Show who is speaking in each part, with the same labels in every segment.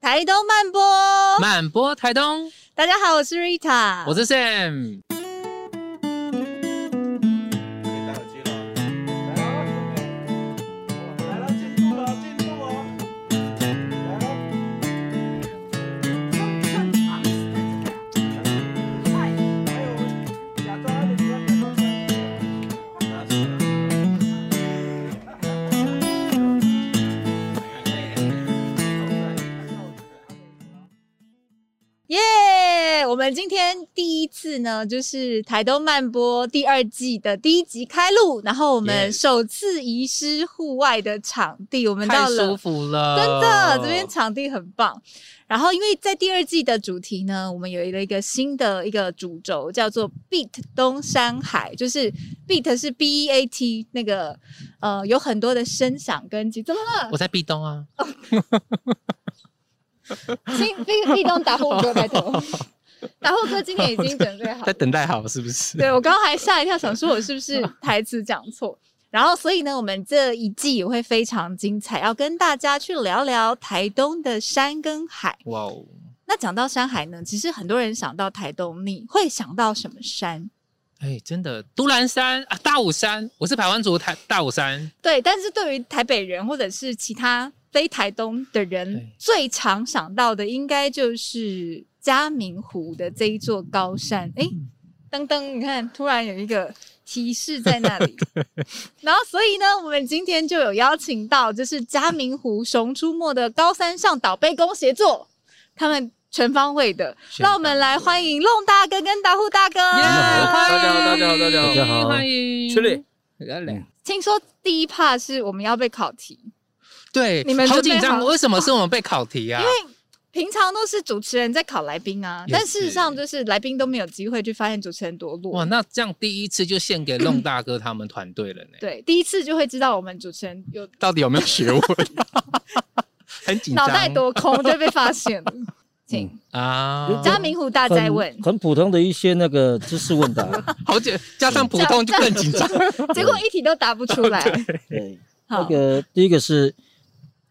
Speaker 1: 台东慢播，
Speaker 2: 满播台东，
Speaker 1: 大家好，我是 Rita，
Speaker 2: 我是 Sam。
Speaker 3: 可以戴耳机了。来啊，来了，进步了，进步哦！来啊。还有，假装安静，假装安静。那是。
Speaker 1: 耶我们今天第一次呢，就是台东慢播第二季的第一集开录，然后我们
Speaker 2: Yes
Speaker 1: 首次移师户外的场地，我们
Speaker 2: 太
Speaker 1: 到
Speaker 2: 舒
Speaker 1: 了。
Speaker 2: 服了，
Speaker 1: 真的，这边场地很棒。然后，因为在第二季的主题呢，我们有了一个新的一个主轴，叫做 “Beat 东山海”，就是 Beat 是 B E A T 那个呃，有很多的声响跟击。怎么了？
Speaker 2: 我在壁咚啊，
Speaker 1: 请壁壁咚打呼哥，拜托。打呼哥今天已经准备好
Speaker 2: 在
Speaker 1: 了。
Speaker 2: 等待好是不是？
Speaker 1: 对我刚刚还吓一跳，想说我是不是台词讲错。然后，所以呢，我们这一季也会非常精彩，要跟大家去聊聊台东的山跟海。
Speaker 2: 哇哦，
Speaker 1: 那讲到山海呢，其实很多人想到台东，你会想到什么山？
Speaker 2: 哎，真的，都兰山啊，大武山，我是排湾族台大武山，
Speaker 1: 对，但是对于台北人或者是其他非台东的人
Speaker 2: 对，
Speaker 1: 最常想到的应该就是嘉明湖的这一座高山。诶，噔噔，你看，突然有一个提示在那里。然后，所以呢，我们今天就有邀请到，就是嘉明湖熊出没的高山上岛杯弓协作，他们全方位的，
Speaker 2: 全
Speaker 1: 让我们来欢迎弄大哥跟大户大哥。
Speaker 2: 耶
Speaker 3: 大家好
Speaker 2: 欢迎
Speaker 3: 大家好大家好
Speaker 4: 大家好
Speaker 2: 欢迎
Speaker 3: 去嘞，
Speaker 2: 来来。
Speaker 1: 听说第一趴是我们要被考题，
Speaker 2: 对，
Speaker 1: 你们
Speaker 2: 好
Speaker 1: 准备
Speaker 2: 紧张，
Speaker 1: 好
Speaker 2: 为什么是我们被考题啊？因为
Speaker 1: 平常都是主持人在考来宾啊，
Speaker 2: 也
Speaker 1: 但事实上就是来宾都没有机会去发现主持人多
Speaker 2: 哇，
Speaker 1: 弱。
Speaker 2: 那这样第一次就献给弄大哥他们团队了呢。
Speaker 1: 对，第一次就会知道我们主持人有
Speaker 2: 到底有没有学问？ 很紧张，
Speaker 1: 脑袋多空就会被发现 了。请
Speaker 2: 啊！
Speaker 1: 嘉明湖大灾问
Speaker 4: 很，很普通的一些那个知识问答，
Speaker 2: 好紧，加上普通就更紧张。
Speaker 1: 结果一题都答不出来。
Speaker 4: 对，那
Speaker 1: 好，
Speaker 4: 个第一个是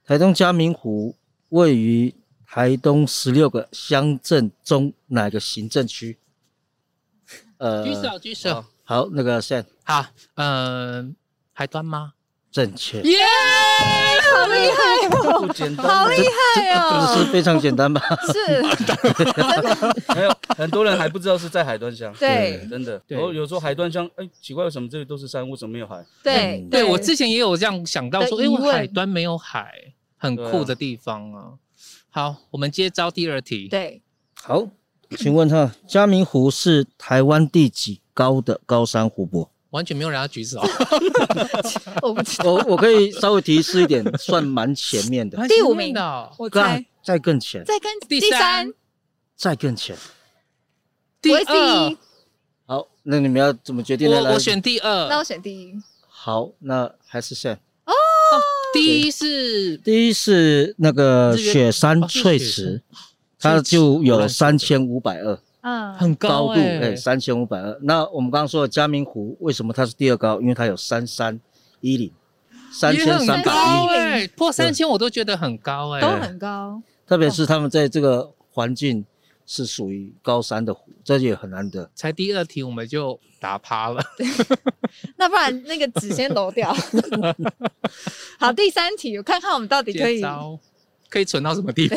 Speaker 4: 台东嘉明湖位于台东十六个乡镇中哪个行政区？呃
Speaker 2: 举手，举手。
Speaker 4: 好，那个现
Speaker 2: 哦
Speaker 4: 在
Speaker 2: 好，嗯，海端吗？
Speaker 4: 正确，
Speaker 2: 耶！
Speaker 1: 哎好厉害哦，好厉害
Speaker 4: 这
Speaker 1: 哦，
Speaker 4: 是非常简 单吧？
Speaker 1: 是，。
Speaker 5: 没有，很多人还不知道是在海端乡
Speaker 1: 对
Speaker 5: 真的，
Speaker 2: 对
Speaker 5: 然后有时候海端乡，哎，奇怪，为什么这里都是山，为什么没有海？
Speaker 1: 对
Speaker 2: 对我之前也有这样想到说，
Speaker 1: 的疑
Speaker 2: 因
Speaker 1: 问
Speaker 2: 为海端没有海，很
Speaker 5: 对
Speaker 2: 酷
Speaker 5: 啊
Speaker 2: 的地方啊。好，我们接招第二题。
Speaker 1: 对
Speaker 4: 好，请问哈，嘉明湖是台湾第几高的高山湖泊？
Speaker 2: 完全没有人要举 手。
Speaker 1: 我不
Speaker 2: 哦
Speaker 1: 知道，
Speaker 4: 我我可以稍微提示一点，算蛮前面的，
Speaker 1: 第五名
Speaker 2: 的哦，
Speaker 1: 我
Speaker 4: 再
Speaker 1: 猜
Speaker 4: 再更前，
Speaker 1: 再跟
Speaker 2: 第
Speaker 1: 第
Speaker 2: 三
Speaker 1: 三，
Speaker 4: 再更前。
Speaker 2: 第
Speaker 1: 我是第
Speaker 2: 二
Speaker 1: 一，，
Speaker 4: 好，那你们要怎么决定呢？
Speaker 2: 我
Speaker 4: 来
Speaker 2: 我选第
Speaker 1: 那
Speaker 2: 二
Speaker 1: 我，选第一。
Speaker 4: 好，那还是选
Speaker 2: 第一是
Speaker 4: 第一是那个
Speaker 2: 日月
Speaker 4: 雪山翠
Speaker 2: 哦是
Speaker 4: 池，
Speaker 2: 翠
Speaker 4: 它
Speaker 2: 池
Speaker 4: 就
Speaker 2: 果
Speaker 4: 有
Speaker 2: 然是的
Speaker 4: 三千五百二
Speaker 1: 嗯，
Speaker 2: 很
Speaker 4: 高
Speaker 2: 高
Speaker 4: 度，
Speaker 2: 欸
Speaker 4: 哎，三千五百二。那我们刚刚说的嘉明湖为什么它是第二高？因为它有三三一零，三
Speaker 2: 也
Speaker 4: 千
Speaker 2: 很
Speaker 4: 三百
Speaker 2: 高
Speaker 4: 一，
Speaker 2: 哎、破三千我都觉得很高哎、
Speaker 1: 都很高。
Speaker 4: 特别是他们在这个环境是属于高山的湖，这也很难得。
Speaker 2: 才第二题我们就打趴了。
Speaker 1: 那不然那个纸先揉 掉。好，第三题，我看看我们到底可以
Speaker 2: 接。招可以存到什么地步？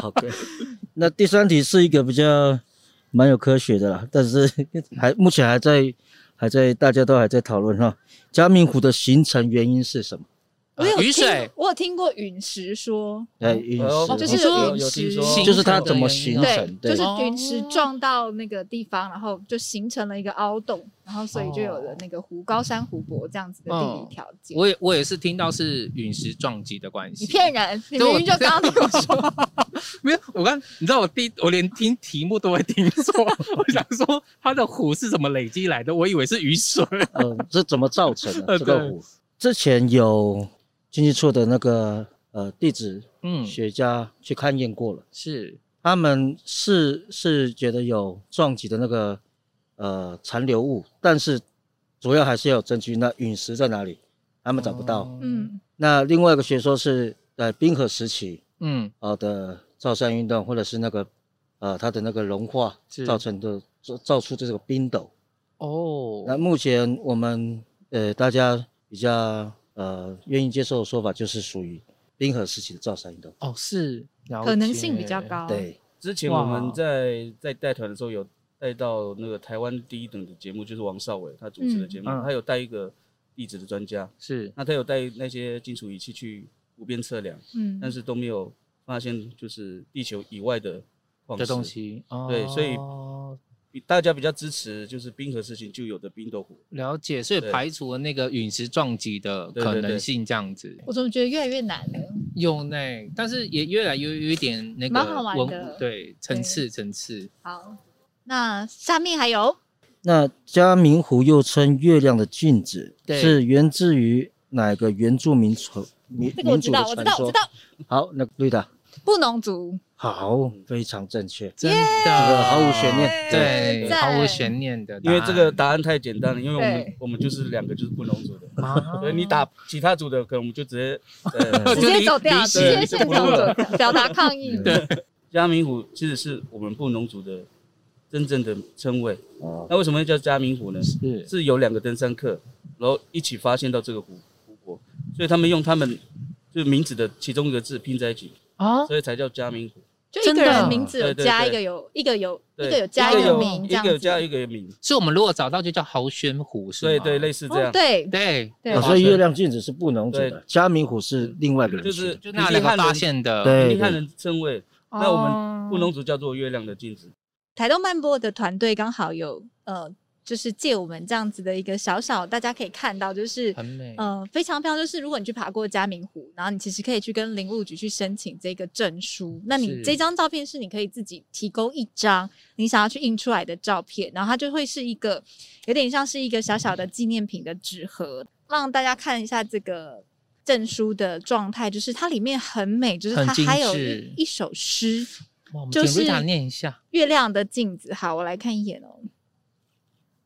Speaker 4: 好，对。那第三题是一个比较蛮有科学的啦，但是 还目前还在还在大家都还在讨论哈。嘉明湖的形成原因是什么？
Speaker 1: 我有
Speaker 2: 啊雨
Speaker 1: 听
Speaker 2: 水，
Speaker 1: 我有听过陨石说，
Speaker 4: 哎，陨
Speaker 5: 哦
Speaker 4: 石，
Speaker 1: 就是
Speaker 5: 有
Speaker 1: 陨
Speaker 5: 有
Speaker 1: 石
Speaker 5: 听说，
Speaker 2: 形
Speaker 4: 就是它
Speaker 2: 成的
Speaker 4: 怎么
Speaker 2: 原因
Speaker 4: 形
Speaker 2: 哦
Speaker 4: 成
Speaker 1: 对，就
Speaker 4: 对
Speaker 1: 是陨石撞到那个地方，然后就形成了一个凹洞，然后所以就有了那个湖高山湖泊这样子的地理条件。
Speaker 2: 我也我也是听到是陨石撞击的关系。
Speaker 1: 你骗人！你
Speaker 2: 对
Speaker 1: 明
Speaker 2: 我
Speaker 1: 明就 刚刚听我说，
Speaker 2: 没有，我刚你知道我第我连听题目都会听错， 我想说它的湖是怎么累积来的，我以为是雨水。
Speaker 4: 呃，这怎么造成的
Speaker 2: 呃
Speaker 4: 这个
Speaker 2: 对
Speaker 4: 湖？之前有经济处的那个呃地质
Speaker 2: 嗯，
Speaker 4: 学家去勘验过了，
Speaker 2: 是
Speaker 4: 他们是是觉得有撞击的那个呃残留物，但是主要还是要有证据。那陨石在哪里？他们找不到。
Speaker 2: 哦
Speaker 1: 嗯，
Speaker 4: 那另外一个学说是呃冰河时期
Speaker 2: 嗯
Speaker 4: 呃的造山运动，或者是那个呃它的那个融化
Speaker 6: 是
Speaker 4: 造成的造造出这个冰斗。
Speaker 6: 哦，
Speaker 4: 那目前我们呃大家比较呃愿意接受的说法，就是属于冰河时期的造山运动。
Speaker 6: 哦是，了
Speaker 1: 可能性比较
Speaker 6: 解。
Speaker 1: 高。，
Speaker 4: 对，
Speaker 3: 之前我们
Speaker 6: 哇
Speaker 3: 在在带团的时候有带到那个台湾第一等的节目，就是王少伟他主持的节目，
Speaker 6: 嗯嗯
Speaker 3: 他有带一个地质的专家，
Speaker 6: 是
Speaker 3: 那他有带那些金属仪器去湖边测量，
Speaker 1: 嗯，
Speaker 3: 但是都没有发现就是地球以外的矿
Speaker 6: 的
Speaker 3: 石
Speaker 6: 东。西，哦、
Speaker 3: 对所以比大家比较支持就是冰河事情就有的冰斗
Speaker 2: 啊
Speaker 3: 湖，
Speaker 6: 了解，所以
Speaker 3: 对
Speaker 6: 排除了那个陨石撞击的
Speaker 3: 对对
Speaker 6: 可
Speaker 3: 对
Speaker 6: 能性，这样子
Speaker 1: 我怎么觉得越来越难了？
Speaker 6: 有呢，但是也越来越有一点那
Speaker 1: 蛮好
Speaker 6: 个
Speaker 1: 玩
Speaker 6: 文
Speaker 1: 的
Speaker 6: 对层次层次，
Speaker 1: 好，那下面还有
Speaker 4: 那嘉明湖又称月亮的镜子，
Speaker 6: 对
Speaker 4: 是源自于哪个原住民传民
Speaker 1: 这个我
Speaker 4: 民
Speaker 1: 知
Speaker 4: 族
Speaker 1: 道，
Speaker 4: 的
Speaker 1: 我知
Speaker 4: 传
Speaker 1: 道，我
Speaker 4: 说
Speaker 1: 知？道，
Speaker 4: 好，那绿的
Speaker 1: 布农族，
Speaker 4: 好，非常正确，
Speaker 6: 真
Speaker 4: 这个
Speaker 6: 的
Speaker 4: 毫无悬念。
Speaker 6: 对
Speaker 1: 赞
Speaker 6: 毫无悬念的答
Speaker 3: 因
Speaker 6: 案，
Speaker 3: 为这个答案太简单了，因为我
Speaker 1: 对
Speaker 3: 们我们就是两个就是不农族的，
Speaker 2: 哦
Speaker 6: 啊
Speaker 3: 所以你打其他组的可能我们就直接。呃
Speaker 1: 直接走掉，
Speaker 6: 离
Speaker 1: 直
Speaker 6: 席
Speaker 1: 接
Speaker 3: 了
Speaker 1: 现
Speaker 3: 就不
Speaker 1: 场
Speaker 3: 录
Speaker 1: 走
Speaker 3: 了
Speaker 1: 掉，表达抗议。
Speaker 4: 对
Speaker 3: 嘉明湖其实是我们布农族的真正的称谓。
Speaker 4: 哦，
Speaker 3: 那为什么会叫嘉明湖呢？
Speaker 6: 是
Speaker 3: 是有两个登山客，然后一起发现到这个湖湖泊，所以他们用他们就是名字的其中一个字拼在一起，
Speaker 1: 哦
Speaker 6: 啊，
Speaker 3: 所以才叫嘉明湖。
Speaker 1: 就一个
Speaker 6: 真
Speaker 1: 人
Speaker 6: 的啊
Speaker 1: 名字有
Speaker 3: 对对
Speaker 1: 加一
Speaker 3: 对
Speaker 1: 个有一个有一
Speaker 3: 对，
Speaker 1: 个有加
Speaker 3: 一
Speaker 1: 一
Speaker 3: 个
Speaker 1: 个
Speaker 3: 有
Speaker 1: 名，这
Speaker 3: 一
Speaker 1: 样
Speaker 3: 个有加
Speaker 1: 子。
Speaker 3: 一个有名，
Speaker 6: 所以我们如果找到就叫豪轩湖是
Speaker 3: 所以
Speaker 6: 吗？
Speaker 3: 对，类似这
Speaker 1: 哦
Speaker 3: 样，。
Speaker 1: 对
Speaker 6: 对
Speaker 1: 对
Speaker 4: 啊所以月亮镜子是不农族的
Speaker 3: 对，
Speaker 4: 嘉明湖是另外一个人
Speaker 3: 就
Speaker 4: 取
Speaker 3: 是
Speaker 4: 的。
Speaker 6: 就
Speaker 3: 平
Speaker 6: 那
Speaker 3: 地
Speaker 6: 两个
Speaker 3: 汉
Speaker 6: 发
Speaker 3: 人
Speaker 6: 现的，
Speaker 4: 对
Speaker 3: 平地汉人称谓，那我们布
Speaker 6: 哦
Speaker 3: 农族叫做月亮的镜子。
Speaker 1: 台东漫播的团队刚好有呃，就是借我们这样子的一个小小，大家可以看到，就是
Speaker 6: 很美，
Speaker 1: 呃，非常漂亮。就是如果你去爬过嘉明湖，然后你其实可以去跟林务局去申请这个证书。那你
Speaker 6: 是
Speaker 1: 这张照片是你可以自己提供一张你想要去印出来的照片，然后它就会是一个有点像是一个小小的纪念品的纸盒，让大家看一下这个。证书的状态就是它里面很美，就是
Speaker 6: 很
Speaker 1: 它
Speaker 6: 精
Speaker 1: 还有一
Speaker 6: 致
Speaker 1: 一首诗，
Speaker 6: 哇我们
Speaker 1: 就
Speaker 6: 请
Speaker 1: 是
Speaker 6: Rita 念一下，
Speaker 1: 月亮的镜子。好，我来看一眼哦。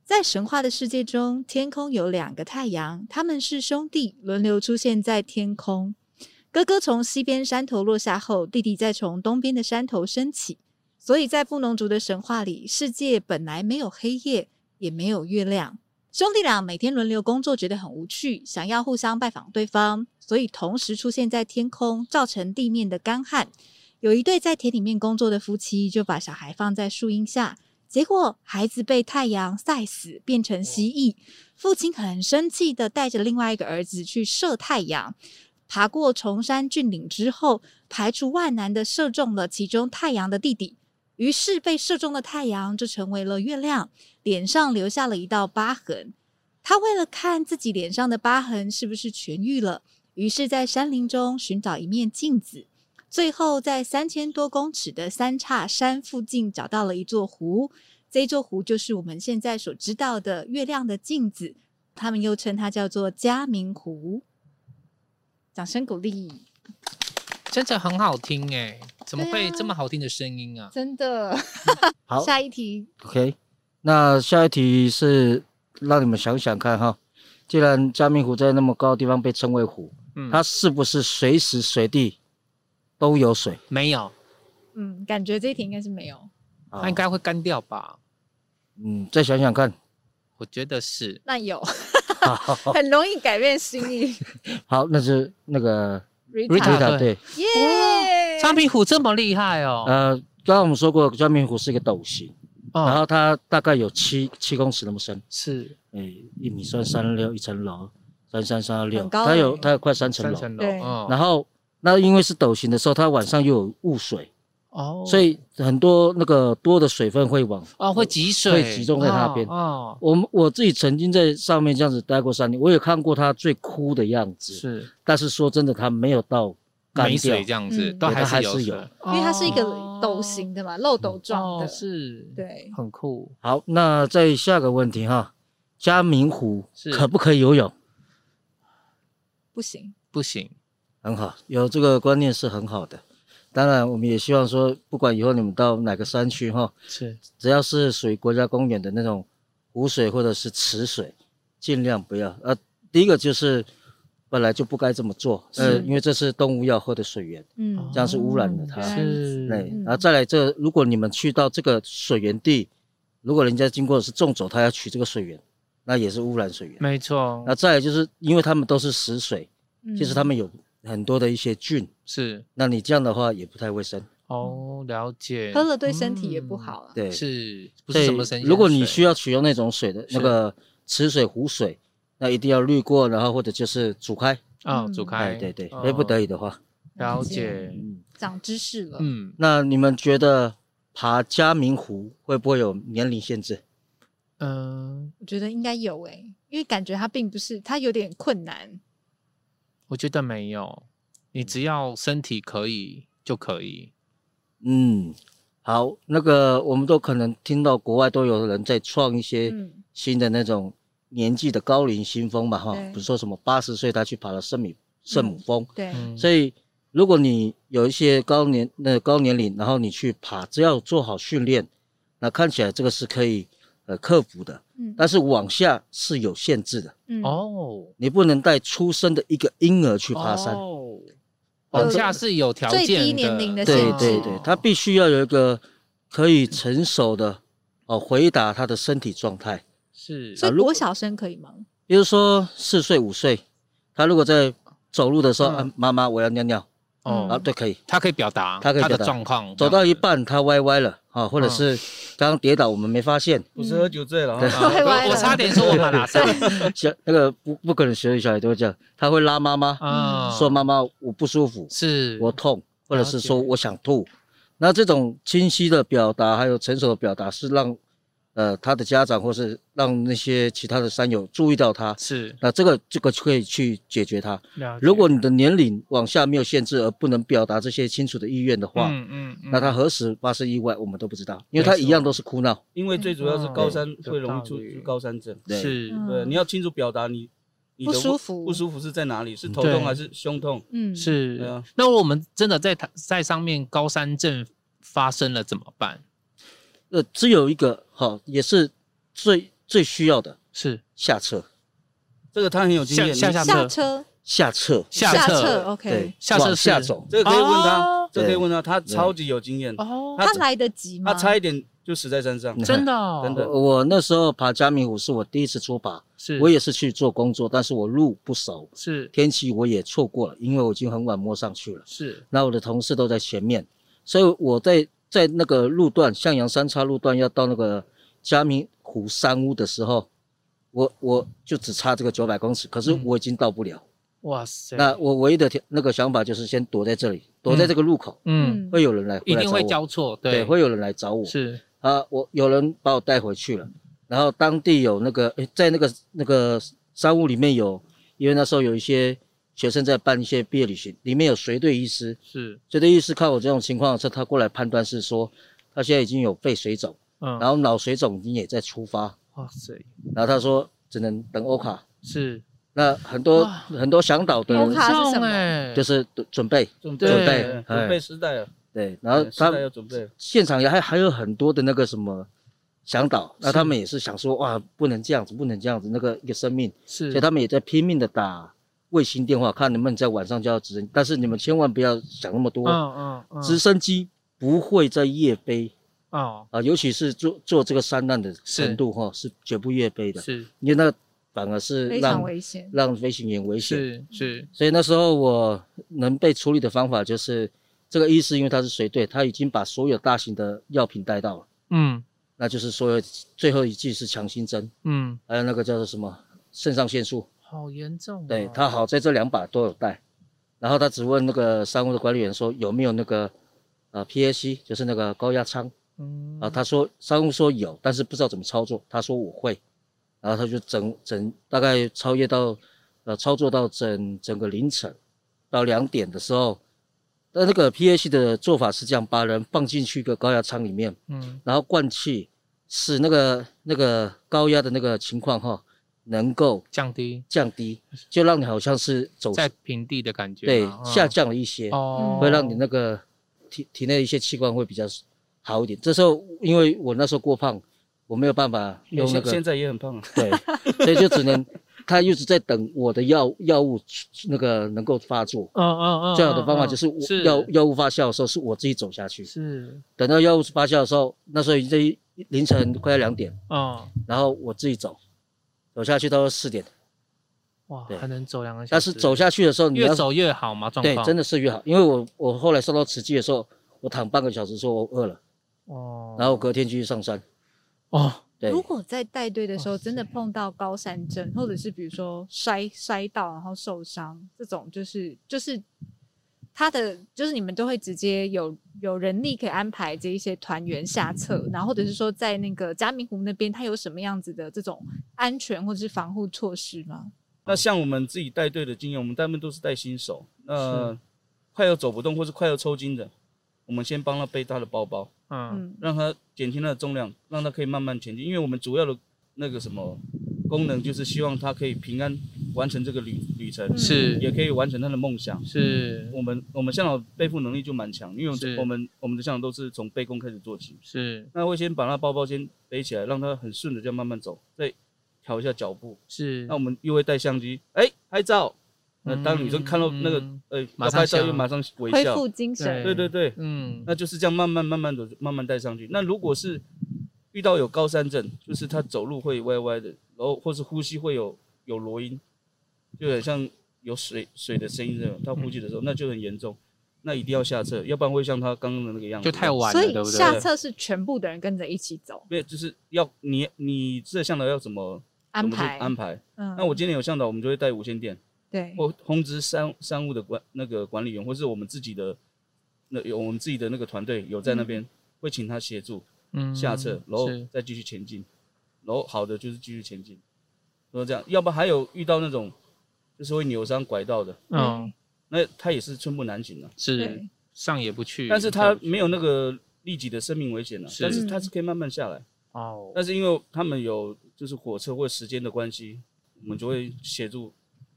Speaker 1: 在神话的世界中，天空有两个太阳，他们是兄弟，轮流出现在天空。哥哥从西边山头落下后，弟弟再从东边的山头升起。所以在布农族的神话里，世界本来没有黑夜，也没有月亮。兄弟俩每天轮流工作，觉得很无趣，想要互相拜访对方，所以同时出现在天空，造成地面的干旱。有一对在田里面工作的夫妻就把小孩放在树荫下，结果孩子被太阳晒死，变成蜥蜴。父亲很生气的带着另外一个儿子去射太阳，爬过崇山峻岭之后，排除万难的射中了其中太阳的弟弟。于是被射中的太阳就成为了月亮，脸上留下了一道疤痕。他为了看自己脸上的疤痕是不是痊愈了，于是，在山林中寻找一面镜子。最后在三千多公尺的三岔山附近找到了一座湖，这座湖就是我们现在所知道的月亮的镜子，他们又称它叫做嘉明湖。掌声鼓励，
Speaker 6: 真的很好听哎，怎么
Speaker 1: 对
Speaker 6: 会
Speaker 1: 啊
Speaker 6: 这么好听的声音啊？
Speaker 1: 真的。
Speaker 4: 好
Speaker 1: 下一题，
Speaker 4: ，OK。那下一题是让你们想想看哈，既然嘉明湖在那么高的地方被称为湖，
Speaker 6: 嗯
Speaker 4: 它是不是随时随地都有水？
Speaker 6: 没有，
Speaker 1: 嗯，感觉这一题应该是没有。
Speaker 4: 啊
Speaker 6: 它应该会干掉吧？
Speaker 4: 嗯，再想想看。
Speaker 6: 我觉得是，
Speaker 1: 那有，
Speaker 4: 好，
Speaker 1: 很容易改变心 意。
Speaker 4: 好，那是那个
Speaker 6: Rita，
Speaker 1: Rita，
Speaker 4: Rita
Speaker 6: 对
Speaker 4: 对，
Speaker 1: 耶！
Speaker 6: 沙皮虎这么厉害哦，
Speaker 4: 呃，刚刚我们说过，嘉明湖是一个斗形，然
Speaker 6: 哦，
Speaker 4: 后它大概有七七公尺那么深，
Speaker 6: 是
Speaker 4: 诶，一米三三六一层楼，三三三六，
Speaker 1: 很高
Speaker 4: 它有
Speaker 1: 欸
Speaker 4: 它有快三层
Speaker 6: 三
Speaker 4: 楼。
Speaker 6: 层楼，
Speaker 1: 对
Speaker 6: 嗯，
Speaker 4: 然后那因为是斗形的时候，它晚上又有雾水，
Speaker 6: 哦，
Speaker 4: 所以很多那个多的水分会往。
Speaker 6: 哦会集水，
Speaker 4: 会集中在那边
Speaker 6: 哦，哦
Speaker 4: 我们我自己曾经在上面这样子待过三年，我也看过它最枯的样子。
Speaker 6: 是
Speaker 4: 但是说真的，它没有到干
Speaker 6: 没
Speaker 4: 掉
Speaker 6: 水。这样子，
Speaker 1: 嗯
Speaker 6: 都
Speaker 4: 对它
Speaker 6: 还
Speaker 4: 还
Speaker 6: 有
Speaker 4: 是
Speaker 6: 水，
Speaker 4: 有
Speaker 1: 因为它是一个斗
Speaker 6: 哦
Speaker 1: 形的嘛，漏斗状
Speaker 6: 哦
Speaker 1: 的，
Speaker 6: 是，，
Speaker 1: 对，
Speaker 6: 很酷，
Speaker 4: 好，那再下个问题哈，嘉明湖
Speaker 6: 是
Speaker 4: 可不可以游泳？
Speaker 1: 不行。
Speaker 6: 不行，
Speaker 4: 很好，有这个观念是很好的。当然，我们也希望说，不管以后你们到哪个山区哈，
Speaker 6: 是
Speaker 4: 只要是属于国家公园的那种湖水或者是池水，尽量不要。呃，第一个就是，本来就不该这么做，呃，
Speaker 1: 是
Speaker 4: 因为这是动物要喝的水源，
Speaker 1: 嗯，
Speaker 4: 这样是污染了它
Speaker 1: 哦原来如此
Speaker 6: 是
Speaker 4: 对，
Speaker 1: 嗯
Speaker 4: 然后再来这，如果你们去到这个水源地，如果人家经过的是种走，他要取这个水源，那也是污染水源。
Speaker 2: 没错，
Speaker 4: 那再来就是，因为他们都是食水，
Speaker 1: 嗯
Speaker 4: 其实他们有很多的一些菌，
Speaker 2: 是
Speaker 4: 那你这样的话也不太卫生。
Speaker 2: 哦，了解。
Speaker 1: 喝了对身体也不
Speaker 2: 嗯，
Speaker 1: 好啊。
Speaker 4: 嗯对，
Speaker 2: 是不
Speaker 4: 所
Speaker 2: 是
Speaker 4: 以
Speaker 2: 什么神仙
Speaker 4: 如果你需
Speaker 2: 要
Speaker 4: 要取用那种水的那个池水、湖水，那一定要滤过，然后或者就是煮开。
Speaker 2: 啊，
Speaker 1: 嗯
Speaker 2: 煮开，
Speaker 4: 哎，对对，
Speaker 2: 哦
Speaker 4: 非不得已的话，嗯
Speaker 2: 了解，
Speaker 1: 长知识了。
Speaker 2: 嗯，
Speaker 4: 那你们觉得爬嘉明湖会不会有年龄限制？
Speaker 2: 嗯，
Speaker 1: 我觉得应该有诶、因为感觉它并不是，它有点困难。
Speaker 2: 我觉得没有，你只要身体可以就可以，
Speaker 4: 嗯，好，那个我们都可能听到国外都有人在创一些
Speaker 1: 嗯
Speaker 4: 新的那种年纪的高龄新风嘛，哈、
Speaker 1: 对
Speaker 4: 比如说什么八十岁他去爬了圣母圣母峰，
Speaker 1: 对，
Speaker 2: 嗯，
Speaker 4: 所以如果你有一些高年那高年龄，然后你去爬，只要做好训练，那看起来这个是可以呃克服的，
Speaker 1: 嗯
Speaker 4: 但是往下是有限制的，
Speaker 1: 嗯，
Speaker 2: 哦，
Speaker 4: 你不能带出生的一个婴儿去爬山。
Speaker 2: 哦，往下是有条件
Speaker 1: 最
Speaker 2: 的，
Speaker 1: 低年龄的
Speaker 4: 对
Speaker 1: 限制哦
Speaker 4: 对对，
Speaker 2: 哦
Speaker 4: 他必须要有一个可以成熟的哦回答他的身体状态，
Speaker 2: 是
Speaker 1: 所以
Speaker 4: 啊如果
Speaker 1: 国小生可以吗？
Speaker 4: 比如说四岁五岁，他如果在走路的时候，
Speaker 2: 嗯
Speaker 4: 啊妈妈我要尿尿，
Speaker 1: 嗯
Speaker 4: 啊
Speaker 2: 哦，
Speaker 4: 对可以，
Speaker 2: 他可以表达
Speaker 4: 他可以表达
Speaker 2: 的状况，
Speaker 4: 走到一
Speaker 2: 这样
Speaker 4: 半他歪歪了啊，或者
Speaker 2: 嗯
Speaker 4: 是刚刚跌倒我们没发现，
Speaker 3: 不
Speaker 1: 嗯
Speaker 3: 是喝酒醉了
Speaker 2: 子
Speaker 3: 啊，
Speaker 1: 会歪
Speaker 2: 啊，我
Speaker 1: 了
Speaker 2: 我差点说我马拉 塞，
Speaker 4: 小那个不不可能所有小孩都会这样，他会拉妈妈，
Speaker 2: 啊，
Speaker 4: 说妈妈我不舒服，
Speaker 2: 是
Speaker 4: 我痛，或者
Speaker 2: 了
Speaker 4: 是
Speaker 2: 解
Speaker 4: 说我想吐。那这种清晰的表达，还有成熟的表达，是让呃他的家长或是让那些其他的山友注意到他。
Speaker 2: 是
Speaker 4: 那这个这个就可以去解决它。
Speaker 2: 了解
Speaker 4: 如果你的年龄往下没有限制，而不能表达这些清楚的意愿的话，
Speaker 2: 嗯嗯，嗯
Speaker 4: 那他何时发生意外，我们都不知道，因为
Speaker 2: 没
Speaker 4: 他一
Speaker 2: 错
Speaker 4: 样都是哭闹。
Speaker 3: 因为最主要是高山
Speaker 2: 嗯
Speaker 3: 会容易
Speaker 2: 有
Speaker 3: 出
Speaker 2: 道理
Speaker 3: 出高山症。
Speaker 4: 对
Speaker 2: 是
Speaker 1: 嗯
Speaker 3: 对，你要清楚表达你你的
Speaker 1: 不舒服
Speaker 3: 不舒服是在哪里？是
Speaker 4: 嗯
Speaker 3: 头
Speaker 2: 对
Speaker 3: 痛还是胸痛？
Speaker 1: 嗯，
Speaker 3: 对啊
Speaker 2: 是，那我们真的在它在上面高山症发生了怎么办？
Speaker 4: 呃，只有一个哈、也是最最需要的
Speaker 2: 是
Speaker 4: 下撤，
Speaker 3: 这个他很有经验，
Speaker 2: 下
Speaker 3: 你
Speaker 1: 下
Speaker 2: 下车
Speaker 1: 车
Speaker 4: 下撤，
Speaker 2: 下
Speaker 1: 撤
Speaker 2: 车
Speaker 4: 对
Speaker 1: OK，，
Speaker 2: 下撤
Speaker 4: 往下
Speaker 2: 是
Speaker 4: 走，
Speaker 3: 这个可以问他
Speaker 2: 哦，
Speaker 3: 这个可以
Speaker 4: 对
Speaker 3: 问他，他超级有经验，
Speaker 2: 哦，
Speaker 3: 他
Speaker 1: 他来得及吗？
Speaker 3: 他差一点就死在山上。
Speaker 4: 嗯
Speaker 2: 真的哦
Speaker 3: 真的
Speaker 4: 我我那时候爬嘉明湖是我第一次出爬，
Speaker 2: 是
Speaker 4: 我也是去做工作，但是我路不熟，
Speaker 2: 是
Speaker 4: 天气我也错过了，因为我已经很晚摸上去了。
Speaker 2: 是
Speaker 4: 那我的同事都在前面，所以我在在那个路段向阳三岔路段要到那个嘉明湖山屋的时候，我我就只差这个九百公
Speaker 2: 嗯
Speaker 4: 尺，可是我已经到不了。
Speaker 2: 哇塞，
Speaker 4: 那我唯一的那个想法就是先躲在这里，躲在这个路口，
Speaker 2: 嗯，
Speaker 4: 会有人来，
Speaker 2: 一定会
Speaker 4: 来找我
Speaker 2: 交错，
Speaker 4: 对，会有人来找我。
Speaker 2: 是
Speaker 4: 啊，我有人把我带回去了，然后当地有那个诶在那个那个山屋里面有，因为那时候有一些学生在办一些毕业旅行，里面有随队医师，
Speaker 2: 是，
Speaker 4: 所以的意思，看我这种情况的时候，他过来判断是说，他现在已经有肺水肿，
Speaker 2: 嗯，
Speaker 4: 然后脑水肿已经也在出发，
Speaker 2: 哇塞，
Speaker 4: 然后他说只能等欧卡。
Speaker 2: 是
Speaker 4: 那很多
Speaker 2: 哇
Speaker 4: 很多想倒的
Speaker 1: 欧
Speaker 4: 人
Speaker 1: 卡是什么
Speaker 2: 么
Speaker 4: 就是是准备
Speaker 3: 准
Speaker 2: 对
Speaker 3: 备
Speaker 2: 对
Speaker 3: 了
Speaker 4: 哎
Speaker 3: 准备时代了，
Speaker 4: 对，然后
Speaker 3: 哎时
Speaker 4: 他
Speaker 3: 代要准备了。
Speaker 4: 现场也还还有很多的那个什么想倒，那他们也是想说哇不能这样子，不能这样子，那个一个生命，所以
Speaker 2: 是
Speaker 4: 他们也在拼命的打卫星电话，看能不能在晚上叫直升，但是你们千万不要想那么
Speaker 2: 嗯
Speaker 4: 多，
Speaker 2: 嗯嗯，
Speaker 4: 直升机不会在夜飞。
Speaker 2: 哦
Speaker 4: 啊，尤其是做做这个山难的
Speaker 2: 是
Speaker 4: 程度哈，是绝不越卑的，
Speaker 2: 是
Speaker 4: 因为那反而是
Speaker 1: 非
Speaker 4: 让
Speaker 1: 常危险。
Speaker 4: 让飞行员危险。
Speaker 2: 是是
Speaker 4: 所以那时候我能被处理的方法就是，这个医师因为他是随队，他已经把所有大型的药品带到了，
Speaker 2: 嗯
Speaker 4: 那就是说最后一剂是强心针，
Speaker 2: 嗯，
Speaker 4: 还有那个叫做什么肾上腺素，
Speaker 2: 好严重哦，
Speaker 4: 对他好在这两把都有带。然后他只问那个商务的管理员说有没有那个呃 PAC，就是那个高压舱。
Speaker 2: 嗯
Speaker 4: 啊，他说商务说有，但是不知道怎么操作。他说我会，然后他就整整大概超越到，呃，操作到整整个凌晨到两点的时候，那那个 PH 的做法是这样，把人放进去一个高压舱里面，
Speaker 2: 嗯
Speaker 4: 然后灌气，使那个那个高压的那个情况哈能够
Speaker 2: 降低
Speaker 4: 降低，就让你好像是走
Speaker 2: 在平地的感觉
Speaker 4: 哦对
Speaker 2: 嘛，
Speaker 4: 下
Speaker 2: 嗯
Speaker 4: 降了一些，
Speaker 2: 哦，
Speaker 4: 会让你那个体体内的一些器官会比较好一点。这时候因为我那时候过胖，我没有办法用那
Speaker 3: 现
Speaker 4: 个
Speaker 3: 现在也很胖啊，
Speaker 4: 对，所以就只能它一直在等我的药药物出那个能够发作。
Speaker 2: 嗯嗯嗯，
Speaker 4: 最好的方法
Speaker 2: 嗯
Speaker 4: 就是我
Speaker 2: 是
Speaker 4: 药药物发酵的时候是我自己走下去，
Speaker 2: 是，
Speaker 4: 等到药物发酵的时候，那时候已经凌晨快要两点，
Speaker 2: 嗯，
Speaker 4: 然后我自己走，走下去到四点。
Speaker 2: 哇，
Speaker 4: 对
Speaker 2: 还能走两个小时，
Speaker 4: 但是走下去的时候，你
Speaker 2: 越
Speaker 4: 要
Speaker 2: 走越好嘛，状
Speaker 4: 对
Speaker 2: 况
Speaker 4: 真
Speaker 2: 的
Speaker 4: 的是越好，因为我我后来收到慈济的时候，我躺半个小时，说我饿了，
Speaker 2: 哦，
Speaker 4: 然后隔天继续上山。
Speaker 2: 哦，
Speaker 4: 对
Speaker 1: 如，果在带队的时候真的碰到高山症，或者是比如说摔摔到然后受伤这种，就是就是他的就是你们都会直接有有人力可以安排这一些团员下撤，然后或者是说在那个嘉明湖那边，他有什么样子的这种安全或者是防护措施吗？
Speaker 3: 那像我们自己带队的经验，我们大部分都是带新手，那快要走不动或是快要抽筋的，我们先帮他背他的包包，
Speaker 2: 嗯
Speaker 1: 嗯，
Speaker 3: 让他减轻他的重量，让他可以慢慢前进。因为我们主要的那个什么功能，就是希望他可以平安完成这个旅旅程，
Speaker 2: 是
Speaker 4: 嗯
Speaker 3: 也可以完成他的梦想。
Speaker 2: 是
Speaker 3: 我们我们向导背负能力就蛮强，因为我
Speaker 2: 是
Speaker 3: 们我们我们的向导都是从背弓开始做起，
Speaker 2: 是
Speaker 3: 那会先把他包包先背起来，让他很顺的这样慢慢走，再调一下脚步。
Speaker 2: 是
Speaker 3: 那我，们又会带相机，哎、拍照。那当女生看到那个，
Speaker 2: 嗯
Speaker 3: 呃、
Speaker 2: 马
Speaker 3: 要
Speaker 2: 上
Speaker 3: 拍照又
Speaker 2: 想
Speaker 3: 马上微
Speaker 1: 恢
Speaker 3: 笑，
Speaker 1: 复精神，
Speaker 3: 对对对，
Speaker 2: 嗯
Speaker 3: 那就是这样慢慢慢慢的慢慢带上去。那如果是遇到有高山症，就是他走路会歪歪的，然后或是呼吸会有有罗音，就很像有水水的声音这种，他呼吸的时候那就很严重，那一定要下车，要不然会像他刚刚的那个样子。
Speaker 2: 就太晚
Speaker 1: 所
Speaker 2: 了，对不
Speaker 1: 以
Speaker 2: 对？
Speaker 1: 下撤是全部的人跟着一起走
Speaker 3: 没有，就是要你你这向导要怎么
Speaker 1: 安
Speaker 3: 怎么
Speaker 1: 排
Speaker 3: 去，安排？
Speaker 1: 嗯，
Speaker 3: 那我今天有向导，我们就会带无线电。
Speaker 1: 对
Speaker 3: 或通知商商务的管那个管理员，或是我们自己的那有我们自己的那个团队有在
Speaker 1: 嗯
Speaker 3: 那边、会请他协助
Speaker 2: 嗯
Speaker 3: 下撤，然后
Speaker 2: 是
Speaker 3: 再继续前进，然后好的就是继续前进，然后这样，要不然还有遇到那种就是会扭伤拐道的，
Speaker 2: 嗯
Speaker 3: 那他也是寸步难行啊，
Speaker 2: 是
Speaker 1: 对
Speaker 2: 上也不去，
Speaker 3: 但是
Speaker 2: 下
Speaker 3: 他
Speaker 2: 不去
Speaker 3: 没有那个立即的生命危险啊，
Speaker 2: 嗯是
Speaker 3: 但是他是可以慢慢下来，
Speaker 2: 哦，
Speaker 3: 但是因为他们有就是火车或时间的关系，我们就会协助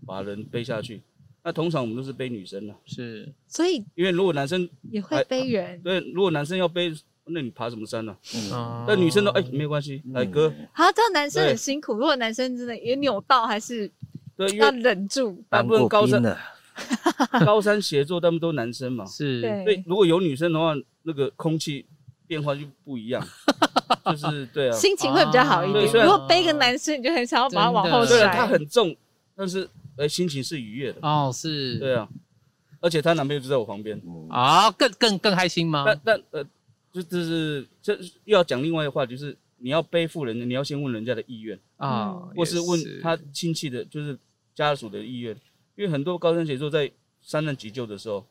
Speaker 3: 把人背下去，那通常我们都是背女生的、啊
Speaker 2: 是
Speaker 1: 所以
Speaker 3: 因为如果男生
Speaker 1: 也会背人
Speaker 3: 对，如果男生要背，那你爬什么山呢、
Speaker 2: 嗯，
Speaker 3: 那女生都哎、没有关系，
Speaker 4: 嗯
Speaker 3: 来哥，
Speaker 1: 好，这样男生很
Speaker 3: 对
Speaker 1: 辛苦。如果男生真的也扭到，还是
Speaker 3: 对，因
Speaker 1: 要
Speaker 3: 为
Speaker 1: 忍住。
Speaker 3: 大
Speaker 4: 当
Speaker 3: 部分
Speaker 4: 过
Speaker 3: 高
Speaker 4: 兵
Speaker 3: 山
Speaker 4: 的，
Speaker 3: 高山协作，他们都男生嘛，
Speaker 2: 是
Speaker 3: 所以
Speaker 1: 对，
Speaker 3: 如果有女生的话，那个空气变化就不一 样，就是对啊，
Speaker 1: 心情会比较好一点
Speaker 3: 对。虽然
Speaker 1: 如果背一个男生，你就很想要把他往后
Speaker 2: 真
Speaker 3: 虽
Speaker 2: 的
Speaker 3: 然
Speaker 1: 甩
Speaker 3: 他。很重，但是哎、心情是愉悦的，
Speaker 2: 哦
Speaker 1: 嗯
Speaker 2: 是，
Speaker 3: 对啊，而且她男朋友就在我旁边，
Speaker 2: 啊，更更更开心吗？
Speaker 3: 但但呃，就就是这又要讲另外一个话，就是你要背负人家，你要先问人家的意愿。
Speaker 1: 嗯哦
Speaker 2: 啊，
Speaker 3: 或
Speaker 2: 也
Speaker 3: 是
Speaker 2: 是
Speaker 3: 问他亲戚的，就是家属的意愿，因为很多高山协作在山难急救的时候，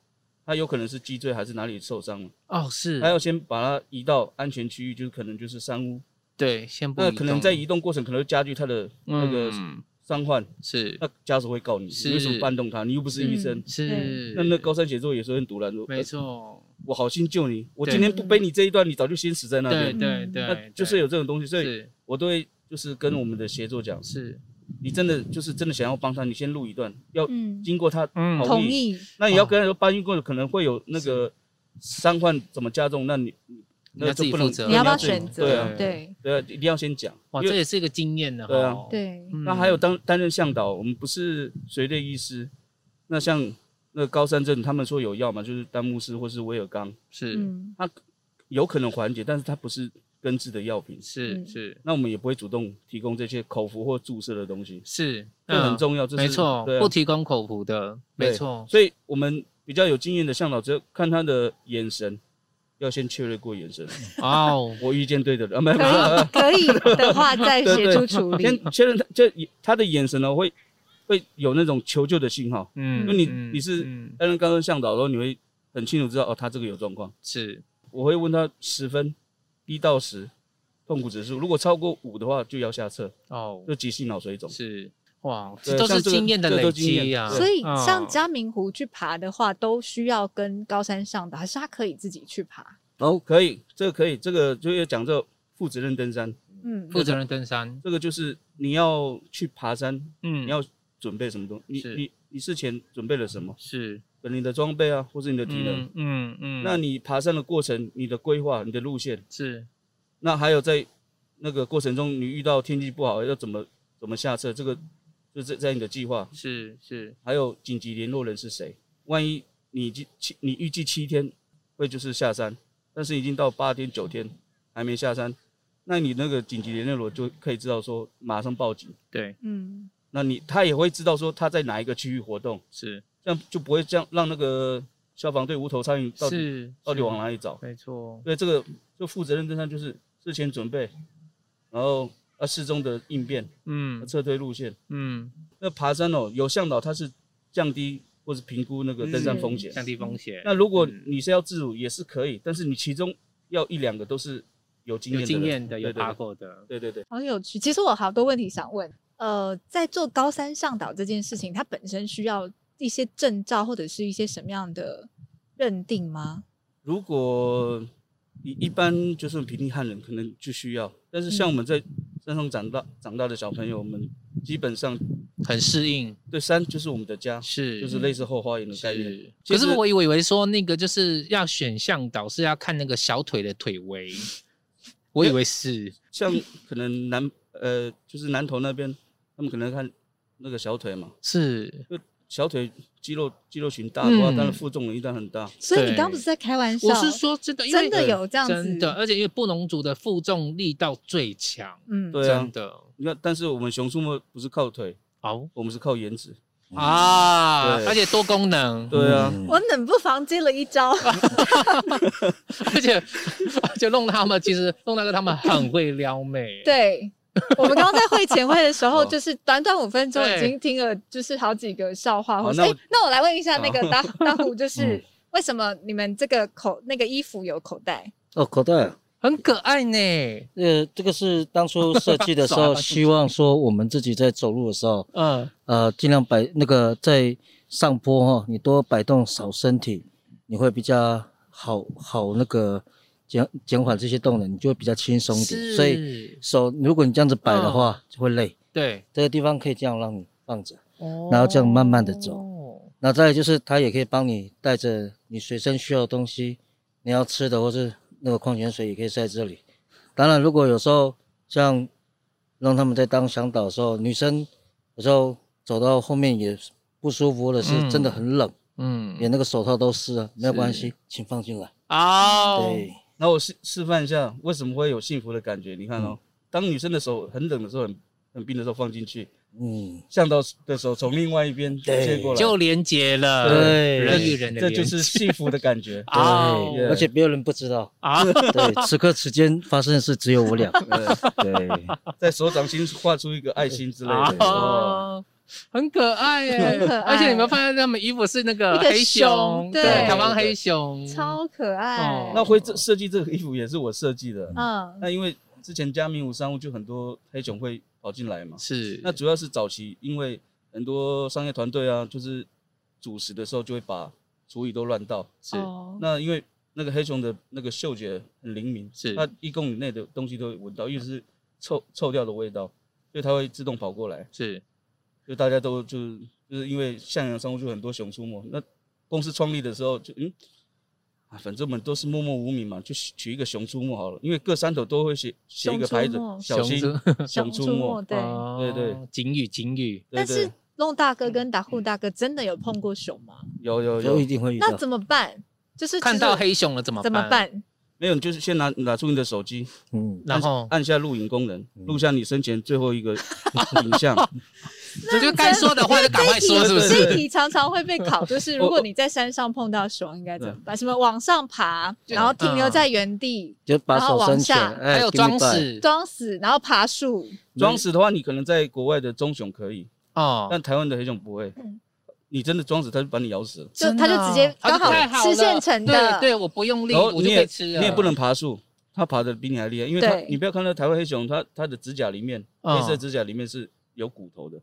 Speaker 3: 他有可能是脊椎还是哪里受伤了，
Speaker 2: 哦
Speaker 1: 嗯
Speaker 2: 是
Speaker 3: 他，要先把他移到安全区域，就是可能就是山屋，
Speaker 2: 对，先不
Speaker 3: 那
Speaker 2: 移
Speaker 3: 可能
Speaker 2: 动
Speaker 3: 在移动过程可能会加剧他的那个
Speaker 2: 嗯
Speaker 3: 伤患，
Speaker 2: 是
Speaker 3: 那家属会告你，
Speaker 2: 是
Speaker 3: 你为什么搬动他？你又不是医生。
Speaker 2: 是，
Speaker 3: 那那高山协作也是很毒然，说
Speaker 2: 没错，
Speaker 3: 呃我好心救你，我
Speaker 2: 对
Speaker 3: 今天不背你这一段，你早就先死在那
Speaker 2: 对
Speaker 3: 边。
Speaker 2: 对
Speaker 1: 嗯
Speaker 2: 对
Speaker 3: 那，就是
Speaker 2: 对
Speaker 3: 有这种东西，所以
Speaker 2: 是
Speaker 3: 我都会就是跟我们的协作讲，
Speaker 2: 是
Speaker 3: 你真的就是真的想要帮他，你先录一段，要
Speaker 1: 嗯，
Speaker 3: 经过他
Speaker 2: 嗯
Speaker 3: 同
Speaker 1: 同
Speaker 3: 意
Speaker 1: 意。
Speaker 3: 那也要跟他说搬运过，可能会有那个伤患怎么加重，那你
Speaker 2: 你要
Speaker 3: 那
Speaker 2: 自
Speaker 3: 就
Speaker 2: 己
Speaker 3: 不
Speaker 2: 负
Speaker 3: 能
Speaker 2: 责，
Speaker 1: 你要不要
Speaker 3: 对啊
Speaker 1: 选
Speaker 3: 对
Speaker 1: 择？
Speaker 3: 啊
Speaker 1: 对
Speaker 3: 对啊，一定要先讲。
Speaker 2: 哇，
Speaker 3: 因
Speaker 2: 这
Speaker 3: 为
Speaker 2: 也是一个经验的
Speaker 3: 对啊
Speaker 2: 哈。
Speaker 1: 对，
Speaker 2: 嗯，
Speaker 3: 那还有当担任向导，我们不是随队医师，那像那个高山症，他们说有药嘛，就是丹木斯或是威尔刚，
Speaker 2: 是
Speaker 1: 嗯，
Speaker 3: 有可能缓解，但是它不是根治的药品，
Speaker 2: 是
Speaker 1: 嗯
Speaker 2: 是
Speaker 3: 那我们也不会主动提供这些口服或注射的东西，
Speaker 2: 是，
Speaker 3: 这很
Speaker 2: 嗯
Speaker 3: 重要。这是
Speaker 2: 没错
Speaker 3: 对，啊
Speaker 2: 不提供口服的，没
Speaker 3: 对
Speaker 2: 错，
Speaker 3: 所以我们比较有经验的向导，只要看他的眼神，要先确认过眼神。
Speaker 2: 哦，
Speaker 3: 我遇见对的人，啊，没有，没有没有
Speaker 1: 嗯 可以可以的话再协助处理。
Speaker 3: 先确认他，就他的眼神呢，会会有那种求救的信号。
Speaker 2: 嗯
Speaker 3: 就你
Speaker 2: 嗯
Speaker 3: 你是
Speaker 2: 嗯
Speaker 3: 担任刚刚向导的时候，你会很清楚知道哦，他这个有状况。
Speaker 2: 是
Speaker 3: 我会问他十分，一到十，痛苦指数，如果超过五的话，就要下车，
Speaker 2: 哦
Speaker 3: 就急性脑水肿。
Speaker 2: 是哇，这
Speaker 3: 对
Speaker 2: 都是
Speaker 3: 像这个
Speaker 2: 经验的
Speaker 3: 这
Speaker 2: 累
Speaker 3: 都经验
Speaker 2: 积呀。
Speaker 3: 对
Speaker 1: 所以像
Speaker 2: 嗯
Speaker 1: 嘉明湖去爬的话，都需要跟高山上的，还是他可以自己去爬？
Speaker 3: 哦，可以，这个可以，这个就要讲这个负责任登山，
Speaker 1: 嗯，
Speaker 2: 负责人登山，
Speaker 3: 这个就是你要去爬山，
Speaker 2: 嗯，
Speaker 3: 你要准备什么东西？
Speaker 2: 是
Speaker 3: 你你你事前准备了什么？
Speaker 2: 是
Speaker 3: 可能你的装备啊，或是你的体能。
Speaker 2: 嗯嗯嗯，
Speaker 3: 那你爬山的过程，你的规划、你的路线，
Speaker 2: 是
Speaker 3: 那还有在那个过程中，你遇到天气不好要怎么怎么下车，这个就这这样一个计划，
Speaker 2: 是是，
Speaker 3: 还有紧急联络人是谁？万一你计七你预计七天会就是下山，但是已经到八天九天还没下山，那你那个紧急联络人就可以知道说马上报警，
Speaker 2: 对，
Speaker 1: 嗯，
Speaker 3: 那你他也会知道说他在哪一个区域活动，
Speaker 2: 是
Speaker 3: 这样就不会这样让那个消防队无头苍蝇到底
Speaker 2: 是，
Speaker 3: 到底
Speaker 2: 是
Speaker 3: 往哪里找？
Speaker 2: 没错，
Speaker 3: 对，这个就负责任跟上就是事前准备，然后要适中的应变，
Speaker 2: 嗯
Speaker 3: 撤退路线。
Speaker 2: 嗯，
Speaker 3: 那爬山哦，有向导他是降低或是评估那个登山风险。
Speaker 2: 降低风险，
Speaker 3: 那如果
Speaker 2: 嗯
Speaker 3: 你是要自主也是可以，但是你其中要一两个都是有经验
Speaker 2: 有
Speaker 3: 的
Speaker 2: 经
Speaker 3: 人
Speaker 2: 验的，有
Speaker 3: 对对
Speaker 2: 爬过的，
Speaker 3: 对对对，
Speaker 1: 好有趣。其实我好多问题想问。呃，在做高山向导这件事情，它本身需要一些证照或者是一些什么样的认定吗？
Speaker 3: 如果一一般就是平地汉人可能就需要，但是像
Speaker 1: 嗯
Speaker 3: 我们在山上长大长大的小朋友，我们基本上
Speaker 2: 很适应，
Speaker 3: 对山就是我们的家，
Speaker 2: 是
Speaker 3: 就是类似后花园的概念。
Speaker 2: 是。
Speaker 3: 其
Speaker 2: 可是
Speaker 3: 实
Speaker 2: 我以为说那个就是要选向导是要看那个小腿的腿围，我以为是
Speaker 3: 像可能南呃，就是南投那边，他们可能看那个小腿嘛，
Speaker 2: 是，
Speaker 3: 小腿肌肉肌肉群大的话，
Speaker 2: 嗯
Speaker 3: 当然负重一定很大。
Speaker 1: 所以你
Speaker 2: 对
Speaker 1: 刚不是在开玩笑？
Speaker 2: 我是，说真的，因为
Speaker 1: 真的有这样子
Speaker 2: 真的，而且因为布农族的负重力道最强，
Speaker 1: 嗯，
Speaker 3: 对啊
Speaker 2: 真，的
Speaker 3: 你看，但是我们熊出没不是靠腿，
Speaker 2: 哦
Speaker 3: 我们是靠颜值。
Speaker 2: 啊，
Speaker 3: 对
Speaker 2: 而且多功能，
Speaker 3: 对啊，
Speaker 4: 嗯
Speaker 1: 我冷不防接了一 招。
Speaker 2: 而且而且弄他们其实弄那个他们很会撩妹，
Speaker 1: 对，我们刚刚在会前会的时候，
Speaker 3: 哦
Speaker 1: 就是短短五分钟已
Speaker 2: 对哦
Speaker 1: 经听了就是好几个笑话。
Speaker 3: 好
Speaker 1: 或是
Speaker 3: 那
Speaker 1: 哎
Speaker 3: 我，
Speaker 1: 那我来问一下那个大大 虎，就是
Speaker 4: 嗯
Speaker 1: 为什么你们这个口那个衣服有口袋？
Speaker 4: 哦，口袋啊，
Speaker 2: 很可爱呢，
Speaker 4: 呃，这个是当初设计的时
Speaker 2: 耍
Speaker 4: 候，
Speaker 2: 赖
Speaker 4: 希望说我们自己在走路的时候，
Speaker 2: 嗯，
Speaker 4: 呃，尽量摆那个在上坡哈、哦，你多摆动少身体，你会比较好好那个减减缓这些动能，你就会比较轻松一点。所以
Speaker 2: 以
Speaker 4: 手，如果你这样子摆的
Speaker 2: 嗯
Speaker 4: 话，就会累。
Speaker 2: 对，
Speaker 4: 这个地方可以这样让你放着，
Speaker 2: 然
Speaker 1: 哦
Speaker 4: 然后这样慢慢地走那再来就是它也可以帮你带着你随身需要的东西，你要吃的或是那个矿泉水也可以在这里。当然，如果有时候像让他们在当向导的时候，女生有时候走到后面也不舒服，或者是
Speaker 2: 嗯
Speaker 4: 真的很冷，
Speaker 2: 嗯，
Speaker 4: 连那个手套都湿了，没有
Speaker 2: 是
Speaker 4: 关系，请放进来。
Speaker 2: 哦，
Speaker 4: 对，
Speaker 3: 那我示示范一下为什么会有幸福的感觉。你看
Speaker 2: 嗯
Speaker 3: 哦，当女生的手很冷的时候，很很冰的时候放进去，
Speaker 4: 嗯，
Speaker 3: 向导的手从另外一边
Speaker 4: 对
Speaker 3: 接过来，
Speaker 2: 就连接了，
Speaker 4: 对
Speaker 2: 人与人的
Speaker 3: 这
Speaker 2: 连接，。
Speaker 3: 就是幸福的感觉
Speaker 2: 哦
Speaker 4: 对，而且别人不知道。
Speaker 2: 啊，
Speaker 4: 对，此刻此间发生的事只有我俩。对，
Speaker 3: 在手掌心画出一个爱心之类的。哦
Speaker 2: 哦， 很可爱耶，
Speaker 1: 啊很可爱
Speaker 2: 而且你们发现他们衣服是那个
Speaker 1: 一个
Speaker 2: 黑
Speaker 1: 熊
Speaker 2: 熊，
Speaker 1: 对
Speaker 2: 台湾黑熊，
Speaker 1: 超可爱
Speaker 2: 嗯哦。
Speaker 3: 那会这设计这个衣服也是我设计的。
Speaker 2: 啊
Speaker 1: 嗯，
Speaker 3: 那因为之前加明五商务就很多黑熊会跑进来嘛，
Speaker 2: 是
Speaker 3: 那主要是早期因为很多商业团队啊，就是主食的时候就会把厨余都乱倒。
Speaker 2: 是
Speaker 1: 哦
Speaker 3: 那因为那个黑熊的那个嗅觉很灵敏，
Speaker 2: 是
Speaker 3: 它一公里内的东西都会闻到，因为是臭臭掉的味道，所以它会自动跑过来。
Speaker 2: 是
Speaker 3: 就大家都就是就是因为向阳商务就很多熊出没，那公司创立的时候就嗯。啊，反正我们都是默默无名嘛，就取一个熊出没好了，因为各山头都会写写一个牌子
Speaker 1: 熊出没，
Speaker 3: 小心
Speaker 2: 熊出
Speaker 3: 熊出没。
Speaker 1: 对。
Speaker 2: 哦
Speaker 3: 对对，
Speaker 2: 警语警语，
Speaker 3: 对
Speaker 1: 但
Speaker 3: 对
Speaker 1: 是，龙大哥跟打呼大哥真的有碰过熊吗？
Speaker 3: 有有
Speaker 4: 就一
Speaker 3: 嗯有，
Speaker 4: 定会遇到
Speaker 1: 那。怎么办？就是
Speaker 2: 看
Speaker 1: 其实
Speaker 2: 到黑熊了怎么
Speaker 1: 怎么
Speaker 2: 办？
Speaker 1: 办？
Speaker 3: 没有，你就是先拿拿出你的手机，
Speaker 4: 嗯，
Speaker 2: 然后
Speaker 3: 按下录影功能，录下你生前最后一个影像。
Speaker 2: 这就该说的话就赶快说，是不
Speaker 1: 这一
Speaker 2: 是？
Speaker 1: 题常常会被考， 就是如果你在山上碰到熊，应该怎么办？什么往上爬，然后停
Speaker 2: 啊
Speaker 1: 留在原地，
Speaker 4: 就把
Speaker 1: 然后
Speaker 4: 手
Speaker 1: 往
Speaker 4: 伸起
Speaker 1: 下
Speaker 4: 来，哎
Speaker 2: 还有装。
Speaker 4: 给你摆
Speaker 2: 死
Speaker 1: 装死，然后爬树。
Speaker 3: 装死的话，你可能在国外的棕熊可以，
Speaker 2: 哦，
Speaker 3: 但台湾的黑熊不会。
Speaker 2: 嗯
Speaker 3: 你真的装死，它就把你咬死了。
Speaker 1: 就他就直接
Speaker 2: 真的
Speaker 1: 刚
Speaker 2: 哦太
Speaker 1: 好吃
Speaker 2: 了
Speaker 1: 现成的，
Speaker 2: 对对，我不用力，
Speaker 3: 然后
Speaker 2: 我就
Speaker 3: 你
Speaker 2: 可
Speaker 3: 也
Speaker 2: 以吃了，
Speaker 3: 你也不能爬树，它爬的比你还厉害，因为它
Speaker 1: 对
Speaker 3: 你不要看到台湾黑熊，它它的指甲里面
Speaker 2: 嗯
Speaker 3: 黑色指甲里面是有骨头的，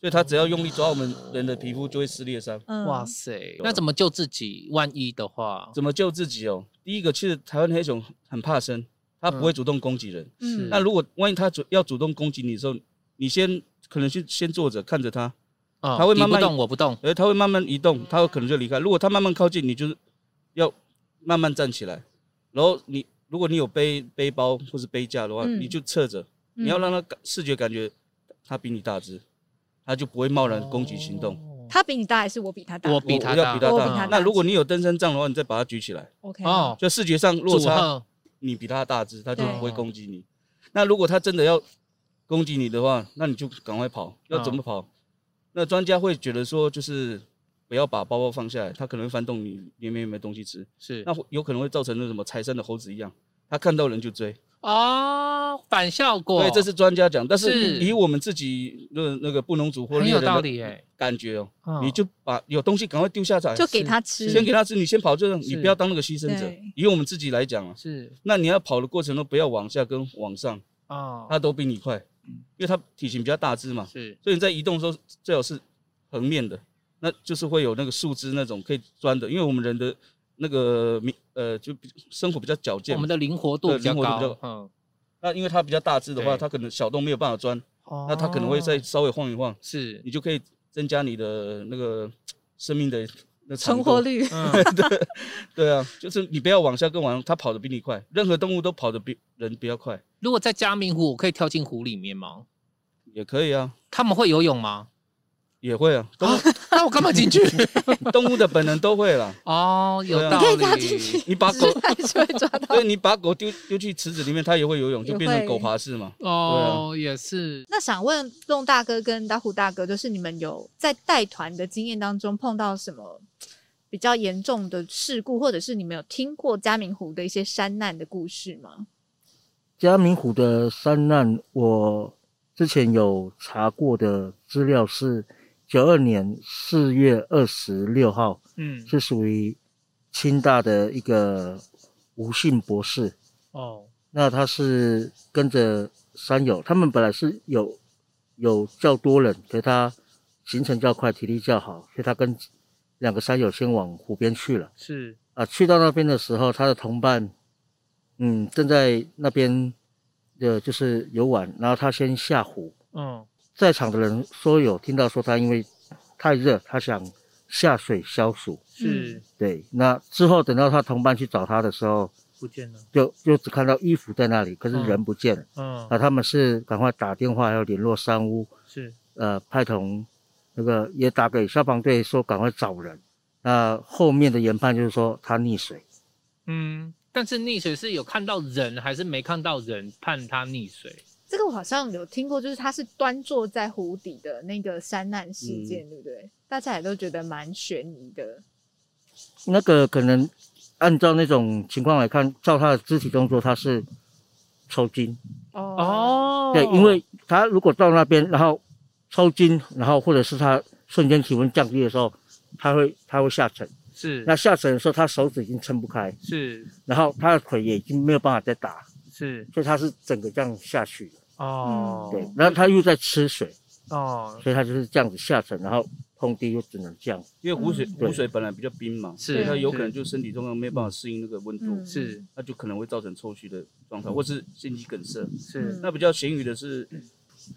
Speaker 3: 所以它只要用力抓我们人的皮肤就会撕裂伤。
Speaker 1: 嗯
Speaker 2: 哇塞，那怎么救自己？万一的话，
Speaker 3: 怎么救自己哦？第一个，其实台湾黑熊很怕生，它不会主动攻击人。
Speaker 1: 嗯
Speaker 3: 那如果万一它主要主动攻击你的时候，你先可能去先坐着看着它，
Speaker 2: 哦
Speaker 3: 它会
Speaker 2: 你
Speaker 3: 慢慢
Speaker 2: 不动，我不动，
Speaker 3: 而它会慢慢移动，它可能就离开。如果它慢慢靠近，你就是要慢慢站起来，然后你如果你有背背包或是背架的话，
Speaker 1: 嗯
Speaker 3: 你就侧着，
Speaker 1: 嗯
Speaker 3: 你要让它感视觉感觉它比你大只，他就不会贸然攻击行动。
Speaker 2: 哦
Speaker 1: 他比你大还是我比他大？
Speaker 2: 我比他
Speaker 3: 我要
Speaker 2: 大，
Speaker 3: 比他
Speaker 1: 我比
Speaker 3: 大
Speaker 1: 他。
Speaker 3: 那
Speaker 1: 大
Speaker 3: 如果你有登山杖的话，你再把它举起来，
Speaker 1: OK
Speaker 2: 哦，
Speaker 3: 就视觉上落
Speaker 2: 组
Speaker 3: 差，
Speaker 2: 合
Speaker 3: 你比他大只，他就
Speaker 1: 对
Speaker 3: 不会攻击你。那如果他真的要攻击你的话，那你就赶快跑。要
Speaker 2: 嗯
Speaker 3: 怎么跑？那专家会觉得说，就是不要把包包放下来，他可能会翻动你里面有没有东西吃。
Speaker 2: 是
Speaker 3: 那会有可能会造成那什么财山的猴子一样，他看到人就追。
Speaker 2: 哦，反效果，
Speaker 3: 对，这是专家讲，但
Speaker 2: 是
Speaker 3: 是以我们自己那那个布农族或
Speaker 2: 很
Speaker 3: 猎
Speaker 2: 有
Speaker 3: 人
Speaker 2: 道
Speaker 3: 的
Speaker 2: 理哎。
Speaker 3: 感觉哦，
Speaker 2: 嗯
Speaker 3: 你就把有东西赶快丢下来，
Speaker 1: 就给他吃，
Speaker 3: 先给他吃，你先跑，就是
Speaker 2: 是
Speaker 3: 你不要当那个牺牲者
Speaker 1: 对。
Speaker 3: 以我们自己来讲啊，
Speaker 2: 是
Speaker 3: 那你要跑的过程中不要往下跟往上，
Speaker 2: 哦，
Speaker 3: 他都比你快，因为他体型比较大只嘛，
Speaker 2: 是
Speaker 3: 所以你在移动的时候最好是横面的，那就是会有那个树枝那种可以钻的，因为我们人的那个民呃就比生活比较矫健
Speaker 2: 我
Speaker 3: 嘛
Speaker 2: 们，的灵活度
Speaker 3: 对
Speaker 2: 比较
Speaker 3: 灵活度比较
Speaker 2: 高
Speaker 3: 高，
Speaker 2: 嗯，
Speaker 3: 那因为它比较大只的话，
Speaker 2: 对
Speaker 3: 它可能小洞没有办法钻，那
Speaker 2: 那
Speaker 3: 它可能会再稍微晃一晃，
Speaker 2: 哦 是
Speaker 3: 你就可以增加你的那个生命的那长
Speaker 1: 存
Speaker 3: 度
Speaker 1: 活。率。
Speaker 2: 嗯
Speaker 3: 对啊，就是你不要往下跟往上，它跑得比你快，任何动物都跑得比人比较快，
Speaker 2: 如果在嘉明湖，我可以跳进湖里面吗？
Speaker 3: 也可以啊，
Speaker 2: 他们会游泳吗？
Speaker 3: 也会啊，动
Speaker 2: 那我干嘛进去？
Speaker 3: 物动物的本能都会啦。
Speaker 2: 哦，有
Speaker 3: 对啊
Speaker 2: 道
Speaker 1: 你可
Speaker 2: 理。
Speaker 1: 以跳进去，
Speaker 3: 你 把
Speaker 1: 只
Speaker 3: 狗
Speaker 1: 是它还是会抓 到。
Speaker 3: 所以你把狗丢丢去池子里面，它也会游泳，就变
Speaker 1: 也
Speaker 3: 成
Speaker 1: 会
Speaker 3: 狗爬式嘛。啊
Speaker 2: 哦，也是
Speaker 1: 那想问洞大哥跟打虎大哥，就是你们有在带团的经验当中碰到什么比较严重的事故，或者是你们有听过嘉明湖的一些山难的故事吗？
Speaker 4: 嘉明湖的山难，我之前有查过的资料是九二年四月二十六号，
Speaker 2: 嗯
Speaker 4: 是属于清大的一个吴姓博士。
Speaker 2: 哦
Speaker 4: 那他是跟着山友，他们本来是有有较多人，可是他行程较快，体力较好，所以他跟两个山友先往湖边去了。
Speaker 2: 是
Speaker 4: 啊，去到那边的时候，他的同伴，嗯，正在那边的就是游玩，然后他先下湖。
Speaker 2: 嗯
Speaker 4: 在场的人说有听到说他因为太热，他想下水消暑。
Speaker 1: 嗯
Speaker 2: 是
Speaker 4: 对，那之后等到他同伴去找他的时候，
Speaker 2: 不见了。
Speaker 4: 就就只看到衣服在那里，可是
Speaker 2: 嗯
Speaker 4: 人不见了。
Speaker 2: 嗯
Speaker 4: 啊，他们是赶快打电话要联络山屋，
Speaker 2: 是
Speaker 4: 呃，派同那个也打给消防队说赶快找人。那后面的研判就是说他溺水，
Speaker 2: 嗯，但是溺水是有看到人还是没看到人判他溺水？
Speaker 1: 这个我好像有听过，就是他是端坐在湖底的那个山难
Speaker 4: 嗯
Speaker 1: 事件，对不对？大家也都觉得蛮悬疑的。
Speaker 4: 那个可能按照那种情况来看，照他的肢体动作，他是抽筋。
Speaker 1: 哦，
Speaker 2: 哦，
Speaker 4: 对，因为他如果到那边，然后抽筋，然后或者是他瞬间体温降低的时候，他会他会下沉。
Speaker 2: 是
Speaker 4: 那下沉的时候，他手指已经撑不开，
Speaker 2: 是
Speaker 4: 然后他的腿也已经没有办法再打，
Speaker 2: 是
Speaker 4: 所以他是整个这样下去的。
Speaker 2: 哦，
Speaker 1: 嗯
Speaker 4: 对，然后他又在吃水，
Speaker 2: 哦
Speaker 4: 所以他就是这样子下沉，然后碰地又只能这样。
Speaker 3: 因为湖水
Speaker 4: 对
Speaker 3: 湖水本来比较冰嘛，
Speaker 2: 是
Speaker 3: 所以它有可能
Speaker 2: 是
Speaker 3: 就身体状况没有办法适应那个温度
Speaker 1: 嗯，
Speaker 2: 是
Speaker 3: 那就可能会造成抽搐的状
Speaker 4: 嗯
Speaker 3: 态，或是心肌梗塞。
Speaker 2: 是
Speaker 1: 嗯
Speaker 3: 那比较咸鱼的是，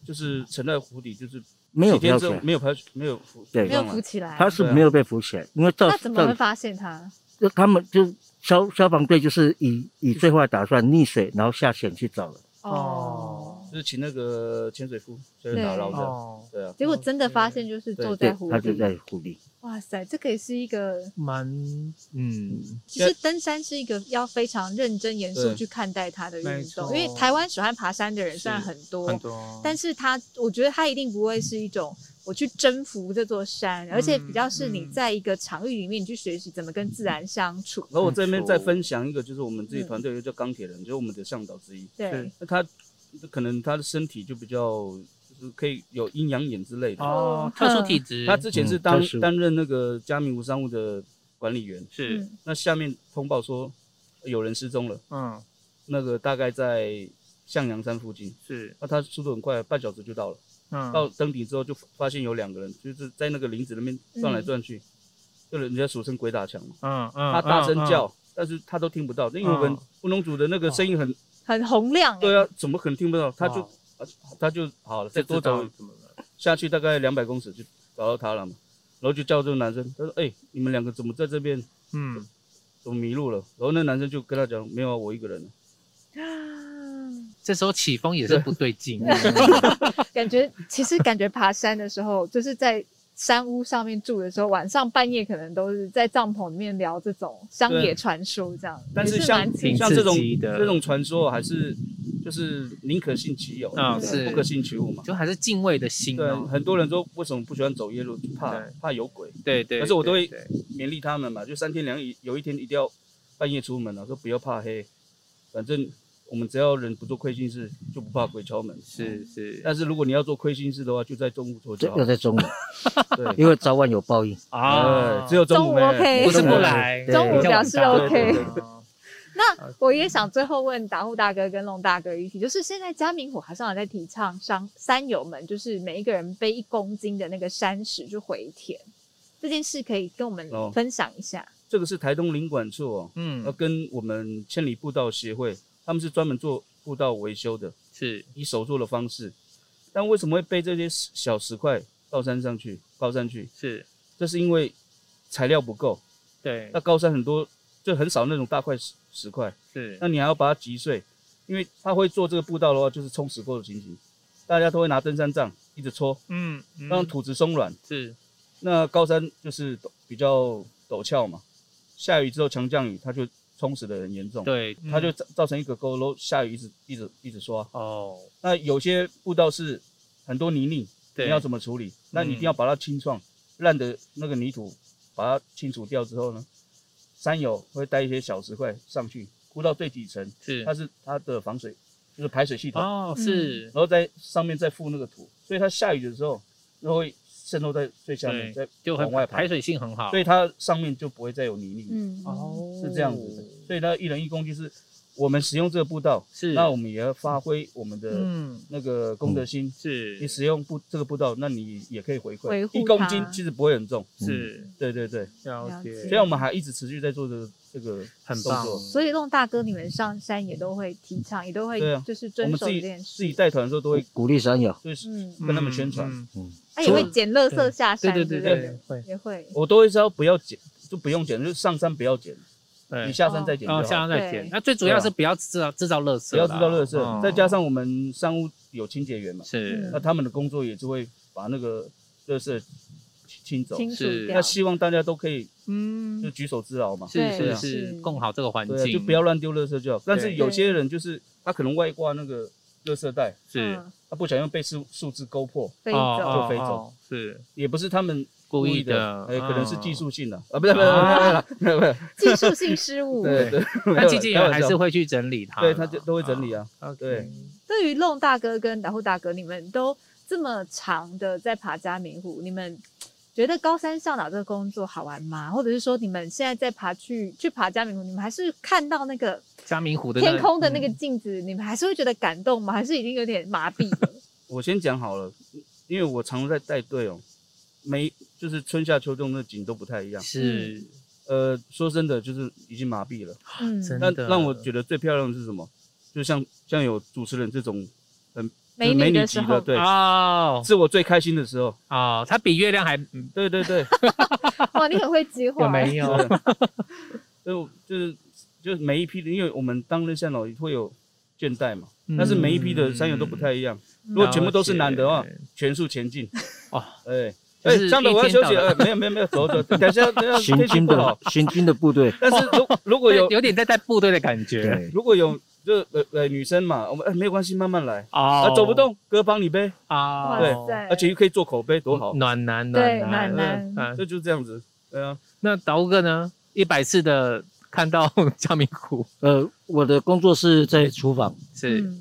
Speaker 3: 就是沉在湖底，就是
Speaker 4: 没有
Speaker 3: 几
Speaker 4: 跳
Speaker 3: 天
Speaker 4: 起
Speaker 3: 之后
Speaker 4: 来，
Speaker 3: 没有排没有浮
Speaker 4: 对
Speaker 1: 没有浮起来，
Speaker 4: 他是没有被扶起来，因为照
Speaker 1: 那怎么会
Speaker 4: 照
Speaker 1: 发现他？
Speaker 4: 就他们就消消防队就是以以最坏打算溺水，然后下潜去找了。
Speaker 1: 嗯哦，
Speaker 3: 就是请那个潜水夫下去
Speaker 1: 对
Speaker 3: 打捞的。
Speaker 2: 哦，
Speaker 3: 对啊，
Speaker 1: 结果真的发现就是坐
Speaker 4: 对
Speaker 1: 在湖，
Speaker 4: 他就
Speaker 1: 底。
Speaker 4: 在湖里。
Speaker 1: 哇塞，这个也是一个，
Speaker 2: 蛮嗯
Speaker 1: 其实登山是一个要非常认真严肃
Speaker 3: 对
Speaker 1: 去看待它的运
Speaker 2: 没
Speaker 1: 动，
Speaker 2: 错
Speaker 1: 因为台湾喜欢爬山的人虽然
Speaker 3: 是
Speaker 1: 很多，
Speaker 3: 很
Speaker 2: 多
Speaker 1: 但是它我觉得它一定不会是一种我去征服这座山，而且比较是你
Speaker 2: 嗯
Speaker 1: 在一个场域里面你去学习怎么跟自然相处。
Speaker 3: 然后我这边再分享一个，就是我们自己团队有一个叫钢铁人，就是我们的向导之一。
Speaker 1: 对
Speaker 2: 是，
Speaker 3: 那他可能他的身体就比较，就是可以有阴阳眼之类的。
Speaker 2: 哦，特殊体质，
Speaker 3: 他之前是
Speaker 4: 嗯
Speaker 3: 担
Speaker 4: 特殊
Speaker 3: 担任那个嘉明无商务的管理员，
Speaker 2: 是
Speaker 1: 嗯，
Speaker 3: 那下面通报说有人失踪了，
Speaker 2: 嗯
Speaker 3: 那个大概在向阳山附近。
Speaker 2: 是
Speaker 3: 那他速度很快，半小时就到了。
Speaker 2: 嗯
Speaker 3: 到登顶之后就发现有两个人，就是在那个林子那边转来转去，就人家俗称鬼打墙嘛。
Speaker 2: 嗯嗯，
Speaker 3: 他大声
Speaker 2: 嗯
Speaker 3: 叫，但是他都听不到，因为我们
Speaker 2: 嗯
Speaker 3: 布农族的那个声音很，
Speaker 1: 很洪亮、欸。
Speaker 3: 对啊，怎么可能听不到？他就呃
Speaker 2: 哦
Speaker 3: 他就好了，再多
Speaker 2: 找
Speaker 3: 走下去大概两百公尺就找到他了嘛。然后就叫这个男生，他说：“哎、你们两个怎么在这边？
Speaker 2: 嗯，
Speaker 3: 啊怎么迷路了？”然后那男生就跟他讲：“没有啊，我一个人。
Speaker 1: 啊
Speaker 2: 这时候起风也是不对 劲。
Speaker 1: 感觉其实感觉爬山的时候， 就是在山屋上面住的时候，晚上半夜可能都是在帐篷里面聊这种乡野传说这样，
Speaker 3: 但
Speaker 1: 也
Speaker 3: 是
Speaker 1: 是
Speaker 3: 像
Speaker 1: 蛮
Speaker 2: 挺
Speaker 1: 刺
Speaker 3: 像这种
Speaker 2: 刺激的
Speaker 3: 这种传说还是就是宁可信其有，
Speaker 2: 嗯
Speaker 3: 对
Speaker 2: 是
Speaker 3: 不可信其无嘛。
Speaker 2: 就还是敬畏的心
Speaker 3: 对，
Speaker 2: 哦。
Speaker 3: 很多人都为什么不喜欢走夜路，就怕
Speaker 2: 对
Speaker 3: 怕有鬼，
Speaker 2: 对对，
Speaker 3: 可是我都会
Speaker 2: 对对
Speaker 3: 勉励他们嘛，就三天两夜，有一天一定要半夜出门了、啊说不要怕黑，反正我们只要人不做亏心事，就不怕鬼敲门。
Speaker 2: 是是
Speaker 3: 但是如果你要做亏心事的话，就在中午做就
Speaker 4: 这
Speaker 3: 好
Speaker 4: 要。在中午，
Speaker 3: 对，
Speaker 4: 因为早晚有报应。
Speaker 3: 哎，只有
Speaker 1: 中
Speaker 3: 午
Speaker 1: 午
Speaker 3: 没
Speaker 1: OK，
Speaker 2: 呃不是不啊来，
Speaker 4: 中午
Speaker 2: 明天
Speaker 1: 表示
Speaker 2: 晚上
Speaker 1: OK
Speaker 2: 哦
Speaker 1: 那我也想最后问达户大哥跟龙大哥一起，就是现在嘉明虎好像有在提倡山山友们，就是每一个人背一公斤的那个山石去回填，这件事可以跟我们
Speaker 3: 哦
Speaker 1: 分享一下。
Speaker 3: 这个是台东领管处哦，要
Speaker 2: 嗯，
Speaker 3: 跟我们千里步道协会，他们是专门做步道维修的，
Speaker 2: 是
Speaker 3: 以手做的方式。但为什么会背这些石小石块到山上去？高山去，
Speaker 2: 是，
Speaker 3: 这是因为材料不够。
Speaker 2: 对
Speaker 3: 那，高山很多就很少那种大块石石块，
Speaker 2: 是
Speaker 3: 那你还要把它击碎，因为他会做这个步道的话，就是冲石头的情形，大家都会拿登山杖一直戳，
Speaker 2: 嗯，嗯
Speaker 3: 让土质松软。
Speaker 2: 是
Speaker 3: 那高山就是陡比较陡峭嘛，下雨之后强降雨，它就冲蚀的很严重，
Speaker 2: 对，
Speaker 3: 它就
Speaker 2: 嗯
Speaker 3: 造造成一个沟沟，下雨一直一直一直刷。
Speaker 2: 哦，
Speaker 3: 那有些步道是很多泥泞，
Speaker 2: 对，
Speaker 3: 你要怎么处理？那你一定要把它清创，烂的那个泥土把它清除掉之后呢，山友会带一些小石块上去，铺到最底层，
Speaker 2: 是
Speaker 3: 它是它的防水，就是排水系统，
Speaker 2: 哦，
Speaker 1: 嗯
Speaker 2: 是
Speaker 3: 然后在上面再覆那个土，所以它下雨的时候，就会渗透在最下
Speaker 2: 对
Speaker 3: 面，再
Speaker 2: 就
Speaker 3: 往外
Speaker 2: 很
Speaker 3: 排
Speaker 2: 排，水性很好，
Speaker 3: 所以它上面就不会再有泥泞，
Speaker 1: 嗯，
Speaker 2: 哦，
Speaker 3: 是这样子的。所以呢，一人一公斤是我们使用这个步道，
Speaker 2: 是
Speaker 3: 那我们也要发挥我们的
Speaker 2: 嗯
Speaker 3: 那个公德心。
Speaker 2: 是
Speaker 3: 你使用步这个步道，那你也可以回
Speaker 1: 维
Speaker 3: 馈
Speaker 1: 护
Speaker 3: 一公
Speaker 1: 它
Speaker 3: 斤，其实不会很重。
Speaker 2: 是
Speaker 3: 对对对，
Speaker 2: 了
Speaker 1: 解
Speaker 2: 解
Speaker 3: 所以，我们还一直持续在做这个这个
Speaker 2: 很
Speaker 3: 动
Speaker 2: 棒
Speaker 3: 作。
Speaker 1: 所以龙大哥，你们上山也都会提倡，也都会
Speaker 3: 对啊
Speaker 1: 就是
Speaker 3: 我
Speaker 1: 遵
Speaker 3: 们
Speaker 1: 守
Speaker 3: 自
Speaker 1: 这
Speaker 3: 己
Speaker 1: 件事，
Speaker 3: 自己带团的时候都会
Speaker 4: 鼓励山友，
Speaker 3: 就是
Speaker 1: 嗯，
Speaker 3: 跟他们宣传，
Speaker 2: 嗯嗯
Speaker 1: 他也会捡垃圾
Speaker 2: 对
Speaker 1: 下
Speaker 2: 对
Speaker 1: 山，
Speaker 2: 对
Speaker 1: 之
Speaker 2: 对
Speaker 1: 类
Speaker 2: 对
Speaker 1: 的，，
Speaker 2: 会，
Speaker 1: 也会。
Speaker 3: 我都会知道不要剪，就不用剪，就是上山不要剪，
Speaker 2: 对
Speaker 3: 你下山再剪就
Speaker 2: 哦，下
Speaker 3: 好。
Speaker 2: 山再捡
Speaker 1: 对。
Speaker 2: 那最主要是不要制造制造垃圾啦，
Speaker 3: 不要制造垃圾，
Speaker 2: 哦
Speaker 3: 再加上我们山屋有清洁员嘛，
Speaker 2: 是
Speaker 1: 嗯
Speaker 3: 那他们的工作也是会把那个垃圾清走。
Speaker 1: 清楚
Speaker 2: 是
Speaker 1: 掉
Speaker 3: 那，希望大家都可以就
Speaker 2: 嗯，
Speaker 3: 举手之劳嘛，
Speaker 2: 是
Speaker 1: 对
Speaker 2: 是
Speaker 1: 是
Speaker 2: 是，更好这个环
Speaker 3: 对啊，
Speaker 2: 境，
Speaker 3: 就不要乱丢垃圾就好。但是
Speaker 2: 嗯对
Speaker 3: 有些人就是他可能外挂那个垃圾袋，
Speaker 2: 是
Speaker 1: 嗯
Speaker 3: 他不小心被树树枝勾破，
Speaker 1: 飞
Speaker 2: 哦
Speaker 1: 走，
Speaker 2: 哦
Speaker 3: 就飞走
Speaker 2: 哦是
Speaker 3: 也不是他们
Speaker 2: 故意
Speaker 3: 的
Speaker 2: 的，，
Speaker 3: 哎，可能是
Speaker 2: 嗯
Speaker 3: 技术性的啊，不是不是不是不是，
Speaker 1: 技术性失误。
Speaker 3: 对对，
Speaker 2: 但经纪
Speaker 3: 开
Speaker 2: 人
Speaker 3: 玩
Speaker 2: 还
Speaker 3: 笑
Speaker 2: 是会去整理它啦，
Speaker 3: 对他就都会整理啊。
Speaker 2: 啊。
Speaker 3: 对，
Speaker 1: 对于弄大哥跟达户大哥，你们都这么长的在爬嘉明湖，你们觉得高山向导这个工作好玩吗？或者是说，你们现在在爬去去爬嘉明湖，你们还是看到那个
Speaker 2: 嘉明湖的那嗯
Speaker 1: 天空的那个镜子，你们还是会觉得感动吗？还是已经有点麻痹了？
Speaker 3: 我先讲好了，因为我常在带队哦，每就是春夏秋冬的景都不太一样。
Speaker 2: 是
Speaker 3: 呃，说真的，就是已经麻痹了。
Speaker 1: 嗯，
Speaker 2: 真
Speaker 3: 那
Speaker 2: 的
Speaker 3: 让我觉得最漂亮的是什么？就像像有主持人这种
Speaker 1: 美
Speaker 3: 美
Speaker 1: 女的
Speaker 3: 女
Speaker 1: 时
Speaker 3: 级
Speaker 1: 候，
Speaker 3: 对，
Speaker 2: 哦
Speaker 3: 是我最开心的时候。
Speaker 2: 哦，它比月亮还嗯
Speaker 3: 对对对，
Speaker 1: 哇，你很会啊计划，
Speaker 2: 有没有？
Speaker 3: 就就是就是每一批的，因为我们当任向导会有倦怠嘛，
Speaker 2: 嗯
Speaker 3: 但是每一批的山友都不太一样。
Speaker 1: 嗯
Speaker 3: 如果全部都是男的话
Speaker 2: 了解，
Speaker 3: 全速前进。
Speaker 2: 哦，
Speaker 3: 哎
Speaker 2: 就
Speaker 3: 哎
Speaker 2: 是，
Speaker 3: 向导我要
Speaker 2: 一天
Speaker 3: 休
Speaker 2: 到
Speaker 3: 息，
Speaker 2: 晚
Speaker 3: 哎，没有没有没有，走走，等一下等一下
Speaker 4: 行
Speaker 3: 天气
Speaker 4: 军
Speaker 3: 不好
Speaker 4: 的。行军的部队，
Speaker 3: 但是如如果有
Speaker 2: 有点在带部队的感觉
Speaker 4: 对，
Speaker 3: 如果有就呃呃女生嘛，我们呃没有关系，慢慢来。
Speaker 2: 哦
Speaker 3: 啊，走不动，哥帮你背，
Speaker 2: 啊，
Speaker 1: 哇塞，
Speaker 3: 而且又可以做口碑，多好！
Speaker 2: 暖男
Speaker 1: 对
Speaker 2: 男
Speaker 1: 暖男
Speaker 2: 嗯
Speaker 3: 这就是这样子，对啊，
Speaker 2: 那导哥呢？一百次的看到 嘉明湖
Speaker 4: 呃，我的工作是在厨房，
Speaker 2: 是
Speaker 1: 嗯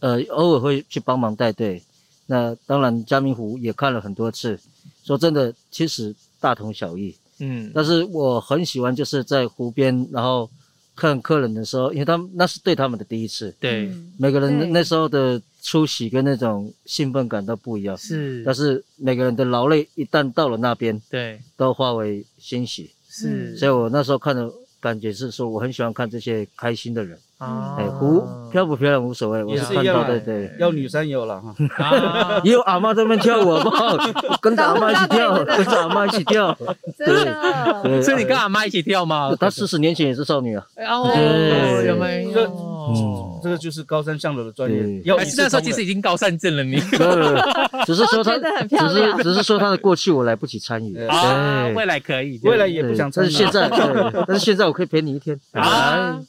Speaker 4: 呃，偶尔会去帮忙带队。那当然，嘉明湖也看了很多次。说真的，其实大同小异。
Speaker 2: 嗯
Speaker 4: 但是我很喜欢，就是在湖边，然后看客人的时候，因为他们那是对他们的第一次，
Speaker 2: 对
Speaker 1: 嗯
Speaker 4: 每个人
Speaker 1: 对
Speaker 4: 那那时候的出喜跟那种兴奋感都不一样。
Speaker 2: 是
Speaker 4: 但是每个人的劳累一旦到了那边，
Speaker 2: 对
Speaker 4: 都化为欣喜。
Speaker 2: 是
Speaker 1: 嗯
Speaker 4: 所以我那时候看的感觉是说，我很喜欢看这些开心的人。
Speaker 1: 哦
Speaker 2: 啊
Speaker 4: 哎、湖漂不漂亮无所谓，我
Speaker 3: 也
Speaker 4: 是
Speaker 3: 是
Speaker 4: 看
Speaker 3: 一样
Speaker 4: 到
Speaker 3: 啊
Speaker 4: 对对。
Speaker 3: 要女山友了哈。
Speaker 2: 啊
Speaker 4: 也有阿妈在那边跳舞，好不好？我跟着阿妈一起 跳，跟着阿妈一起跳。
Speaker 1: 真的，
Speaker 4: 对，
Speaker 2: 所以你跟阿妈一起跳 吗？
Speaker 4: 她四十年前也是少女啊，
Speaker 2: 哦，
Speaker 4: 对嗯
Speaker 2: 有没
Speaker 1: 就
Speaker 2: 有？
Speaker 6: 哦，
Speaker 3: 这个就是高山向导的专业
Speaker 4: 对。
Speaker 3: 要
Speaker 2: 哎
Speaker 6: 还
Speaker 3: 一
Speaker 6: 是
Speaker 3: 视
Speaker 6: 那时候
Speaker 3: 同
Speaker 6: 其
Speaker 3: 仁
Speaker 6: 实已经高山症了你，
Speaker 4: 没有没有没有只是说他
Speaker 1: 我觉得很，
Speaker 4: 只
Speaker 1: 漂亮
Speaker 4: 是只是说他的过去我来不及参与，
Speaker 3: 对
Speaker 6: 啊，
Speaker 4: 对
Speaker 6: 未来可以，
Speaker 3: 未来
Speaker 6: 对
Speaker 3: 也不想
Speaker 4: 对
Speaker 3: 参
Speaker 4: 但是
Speaker 3: 与
Speaker 4: 现 在，对但是现在我可以陪你一天哎
Speaker 6: 啊，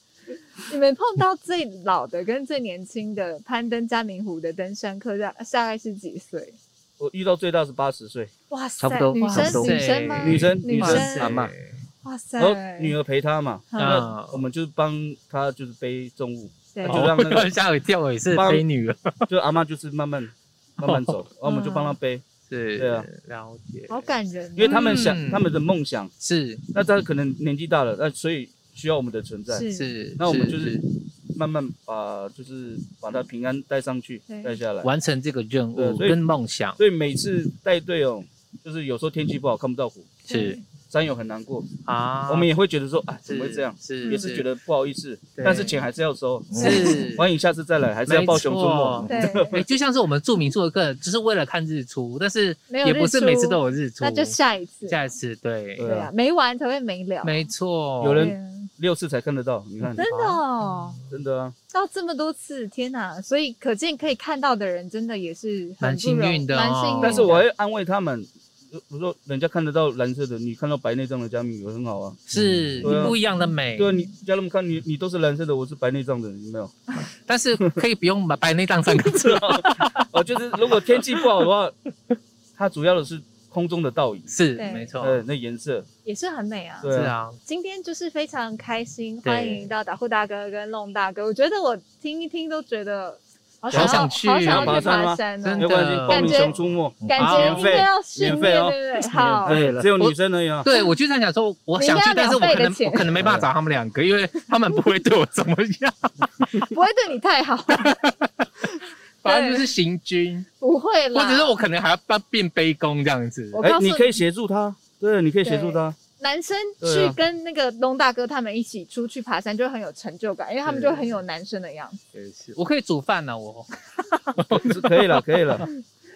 Speaker 1: 你们碰到最老的跟最年轻的攀登嘉明湖的登山客，大大概是几岁？
Speaker 3: 我遇到最大是八十岁
Speaker 1: 哇塞，
Speaker 4: 差不多
Speaker 1: 女
Speaker 4: 差不
Speaker 1: 生
Speaker 4: 多
Speaker 1: 女生吗？
Speaker 3: 女生，
Speaker 1: 女
Speaker 3: 女
Speaker 1: 生
Speaker 3: 生，
Speaker 4: 阿嬷
Speaker 1: 哇塞，
Speaker 3: 然后女儿陪她嘛，
Speaker 1: 嗯
Speaker 2: 啊
Speaker 3: 那我们就是帮她就是背重物，
Speaker 1: 对
Speaker 3: 就让那 个
Speaker 6: 哦吓我一跳，我也是
Speaker 3: 帮
Speaker 6: 飞女儿，
Speaker 3: 就阿妈就是慢慢慢慢走，然后我们就帮
Speaker 1: 嗯
Speaker 3: 她背，
Speaker 6: 是
Speaker 3: 对啊，
Speaker 6: 了解，
Speaker 1: 好感人哦，
Speaker 3: 因为他们想
Speaker 2: 嗯
Speaker 3: 他们的梦想，
Speaker 2: 是
Speaker 3: 那她可能年纪大了，那所以需要我们的存在，
Speaker 1: 嗯是
Speaker 2: 是，
Speaker 3: 那我们就是慢慢把就是把她平安带上去
Speaker 1: 对，
Speaker 3: 带下来。
Speaker 2: 完成这个任务
Speaker 3: 对所以
Speaker 2: 跟梦想，
Speaker 3: 所以每次带队哦，就是有时候天气不好看不到湖，
Speaker 2: 是
Speaker 3: 山友很难过，
Speaker 2: 啊，
Speaker 3: 我们也会觉得说啊怎
Speaker 2: 是
Speaker 3: 么会这样，
Speaker 2: 是
Speaker 3: 也是觉得不好意思，
Speaker 2: 对
Speaker 3: 但是钱还是要收。
Speaker 2: 是
Speaker 3: 欢迎下次再来，还是要报熊出没。
Speaker 1: 对，
Speaker 2: 哎， 就像是我们住民宿的客人，只是为了看日出，但是
Speaker 1: 没有
Speaker 2: 也不
Speaker 1: 日
Speaker 2: 是
Speaker 1: 出
Speaker 2: 每次都有日出，
Speaker 1: 那就下一次，
Speaker 2: 下一次对，
Speaker 3: 对
Speaker 1: 对啊，没完才会没了，
Speaker 2: 没错，
Speaker 3: 有人
Speaker 1: 对啊
Speaker 3: 六次才看得到，你看，
Speaker 1: 真的哦，
Speaker 3: 真的啊，
Speaker 1: 到这么多次，天哪！所以可见可以看到的人真的也是很
Speaker 2: 蛮幸
Speaker 1: 不容
Speaker 2: 运的哦
Speaker 1: 蛮幸运的。
Speaker 3: 但是我会安慰他们，我说人家看得到蓝色的，你看到白内障的加密也很好啊。
Speaker 2: 是
Speaker 3: 对啊
Speaker 2: 不一样的美
Speaker 3: 对，啊，你家人们看你，你都是蓝色的，我是白内障的，有 没有？
Speaker 2: 但是可以不用买白内障三个 字，
Speaker 3: 哦，就是如果天气不好的话，它主要的是空中的倒影，
Speaker 2: 是
Speaker 1: 对
Speaker 2: 没错，
Speaker 3: 呃，那颜色，
Speaker 1: 也是很美啊。
Speaker 3: 对
Speaker 2: 是啊，
Speaker 1: 今天就是非常开心，
Speaker 2: 对
Speaker 1: 欢迎到打呼大哥跟弄大哥。我觉得我听一听都觉得好
Speaker 2: 好
Speaker 1: 要
Speaker 2: 想去啊
Speaker 1: 好想要
Speaker 3: 爬
Speaker 1: 去
Speaker 3: 山
Speaker 1: 爬
Speaker 3: 吗
Speaker 1: 山
Speaker 2: 真
Speaker 1: 哦
Speaker 3: 没
Speaker 2: 的。
Speaker 3: 关系，报名
Speaker 1: 感觉
Speaker 3: 熊出没，
Speaker 1: 感
Speaker 2: 好
Speaker 1: 觉
Speaker 3: 免
Speaker 1: 应
Speaker 3: 费
Speaker 1: 该要训
Speaker 3: 免费
Speaker 1: 练，
Speaker 3: 哦
Speaker 1: 对不对？好，
Speaker 4: 对了
Speaker 3: 只，有女生而已啊。
Speaker 2: 对，我就在想说，我想去
Speaker 1: 你应，该
Speaker 2: 但
Speaker 1: 要
Speaker 2: 是我
Speaker 1: 两倍的
Speaker 2: 可能
Speaker 1: 钱
Speaker 2: 我可能没办法找他们两个，因为他们不会对我怎么 样，
Speaker 1: 不会对你太好，
Speaker 2: 反正就是行军，
Speaker 1: 不会
Speaker 2: 或
Speaker 1: 啦。
Speaker 2: 者是我可能还要扮变杯弓这样子。
Speaker 1: 我
Speaker 3: 哎
Speaker 1: 告，诉
Speaker 3: 你可
Speaker 1: 你，
Speaker 3: 以协助他，对，你可以协助他，
Speaker 1: 男生
Speaker 3: 对
Speaker 1: 去
Speaker 3: 啊
Speaker 1: 跟那个弄大哥他们一起出去爬山，就会很有成就感，因为他们就很有男生的样子。
Speaker 2: 也是我可以煮饭了，我
Speaker 3: 是可以了，可以了。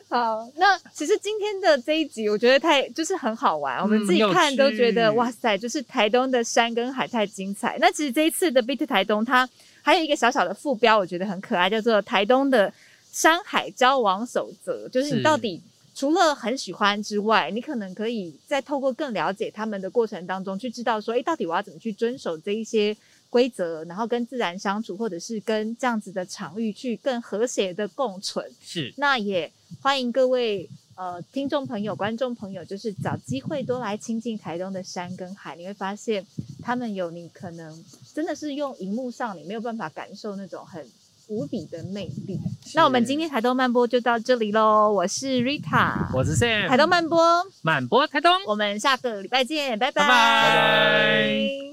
Speaker 1: 好，那其实今天的这一集，我觉得太就是很好玩，我们自己
Speaker 2: 嗯有
Speaker 1: 看都觉得、
Speaker 2: 趣
Speaker 1: 哇塞，就是台东的山跟海太精彩。那其实这一次的 Beat 台东，它还有一个小小的副标，我觉得很可爱，叫做台东的山海交往守则，就是你
Speaker 2: 是
Speaker 1: 到底。除了很喜欢之外，你可能可以在透过更了解他们的过程当中，去知道说，诶，到底我要怎么去遵守这一些规则，然后跟自然相处，或者是跟这样子的场域去更和谐的共存。
Speaker 2: 是
Speaker 1: 那也欢迎各位呃听众朋友、观众朋友，就是找机会多来亲近台东的山跟海，你会发现他们有你可能真的是用荧幕上你没有办法感受那种很无比的魅力。那我们今天台东漫播就到这里喽，我是 Rita，
Speaker 2: 我是 Sam，
Speaker 1: 台东漫播，
Speaker 2: 满播台东，
Speaker 1: 我们下个礼拜见，拜
Speaker 2: 拜拜
Speaker 1: 拜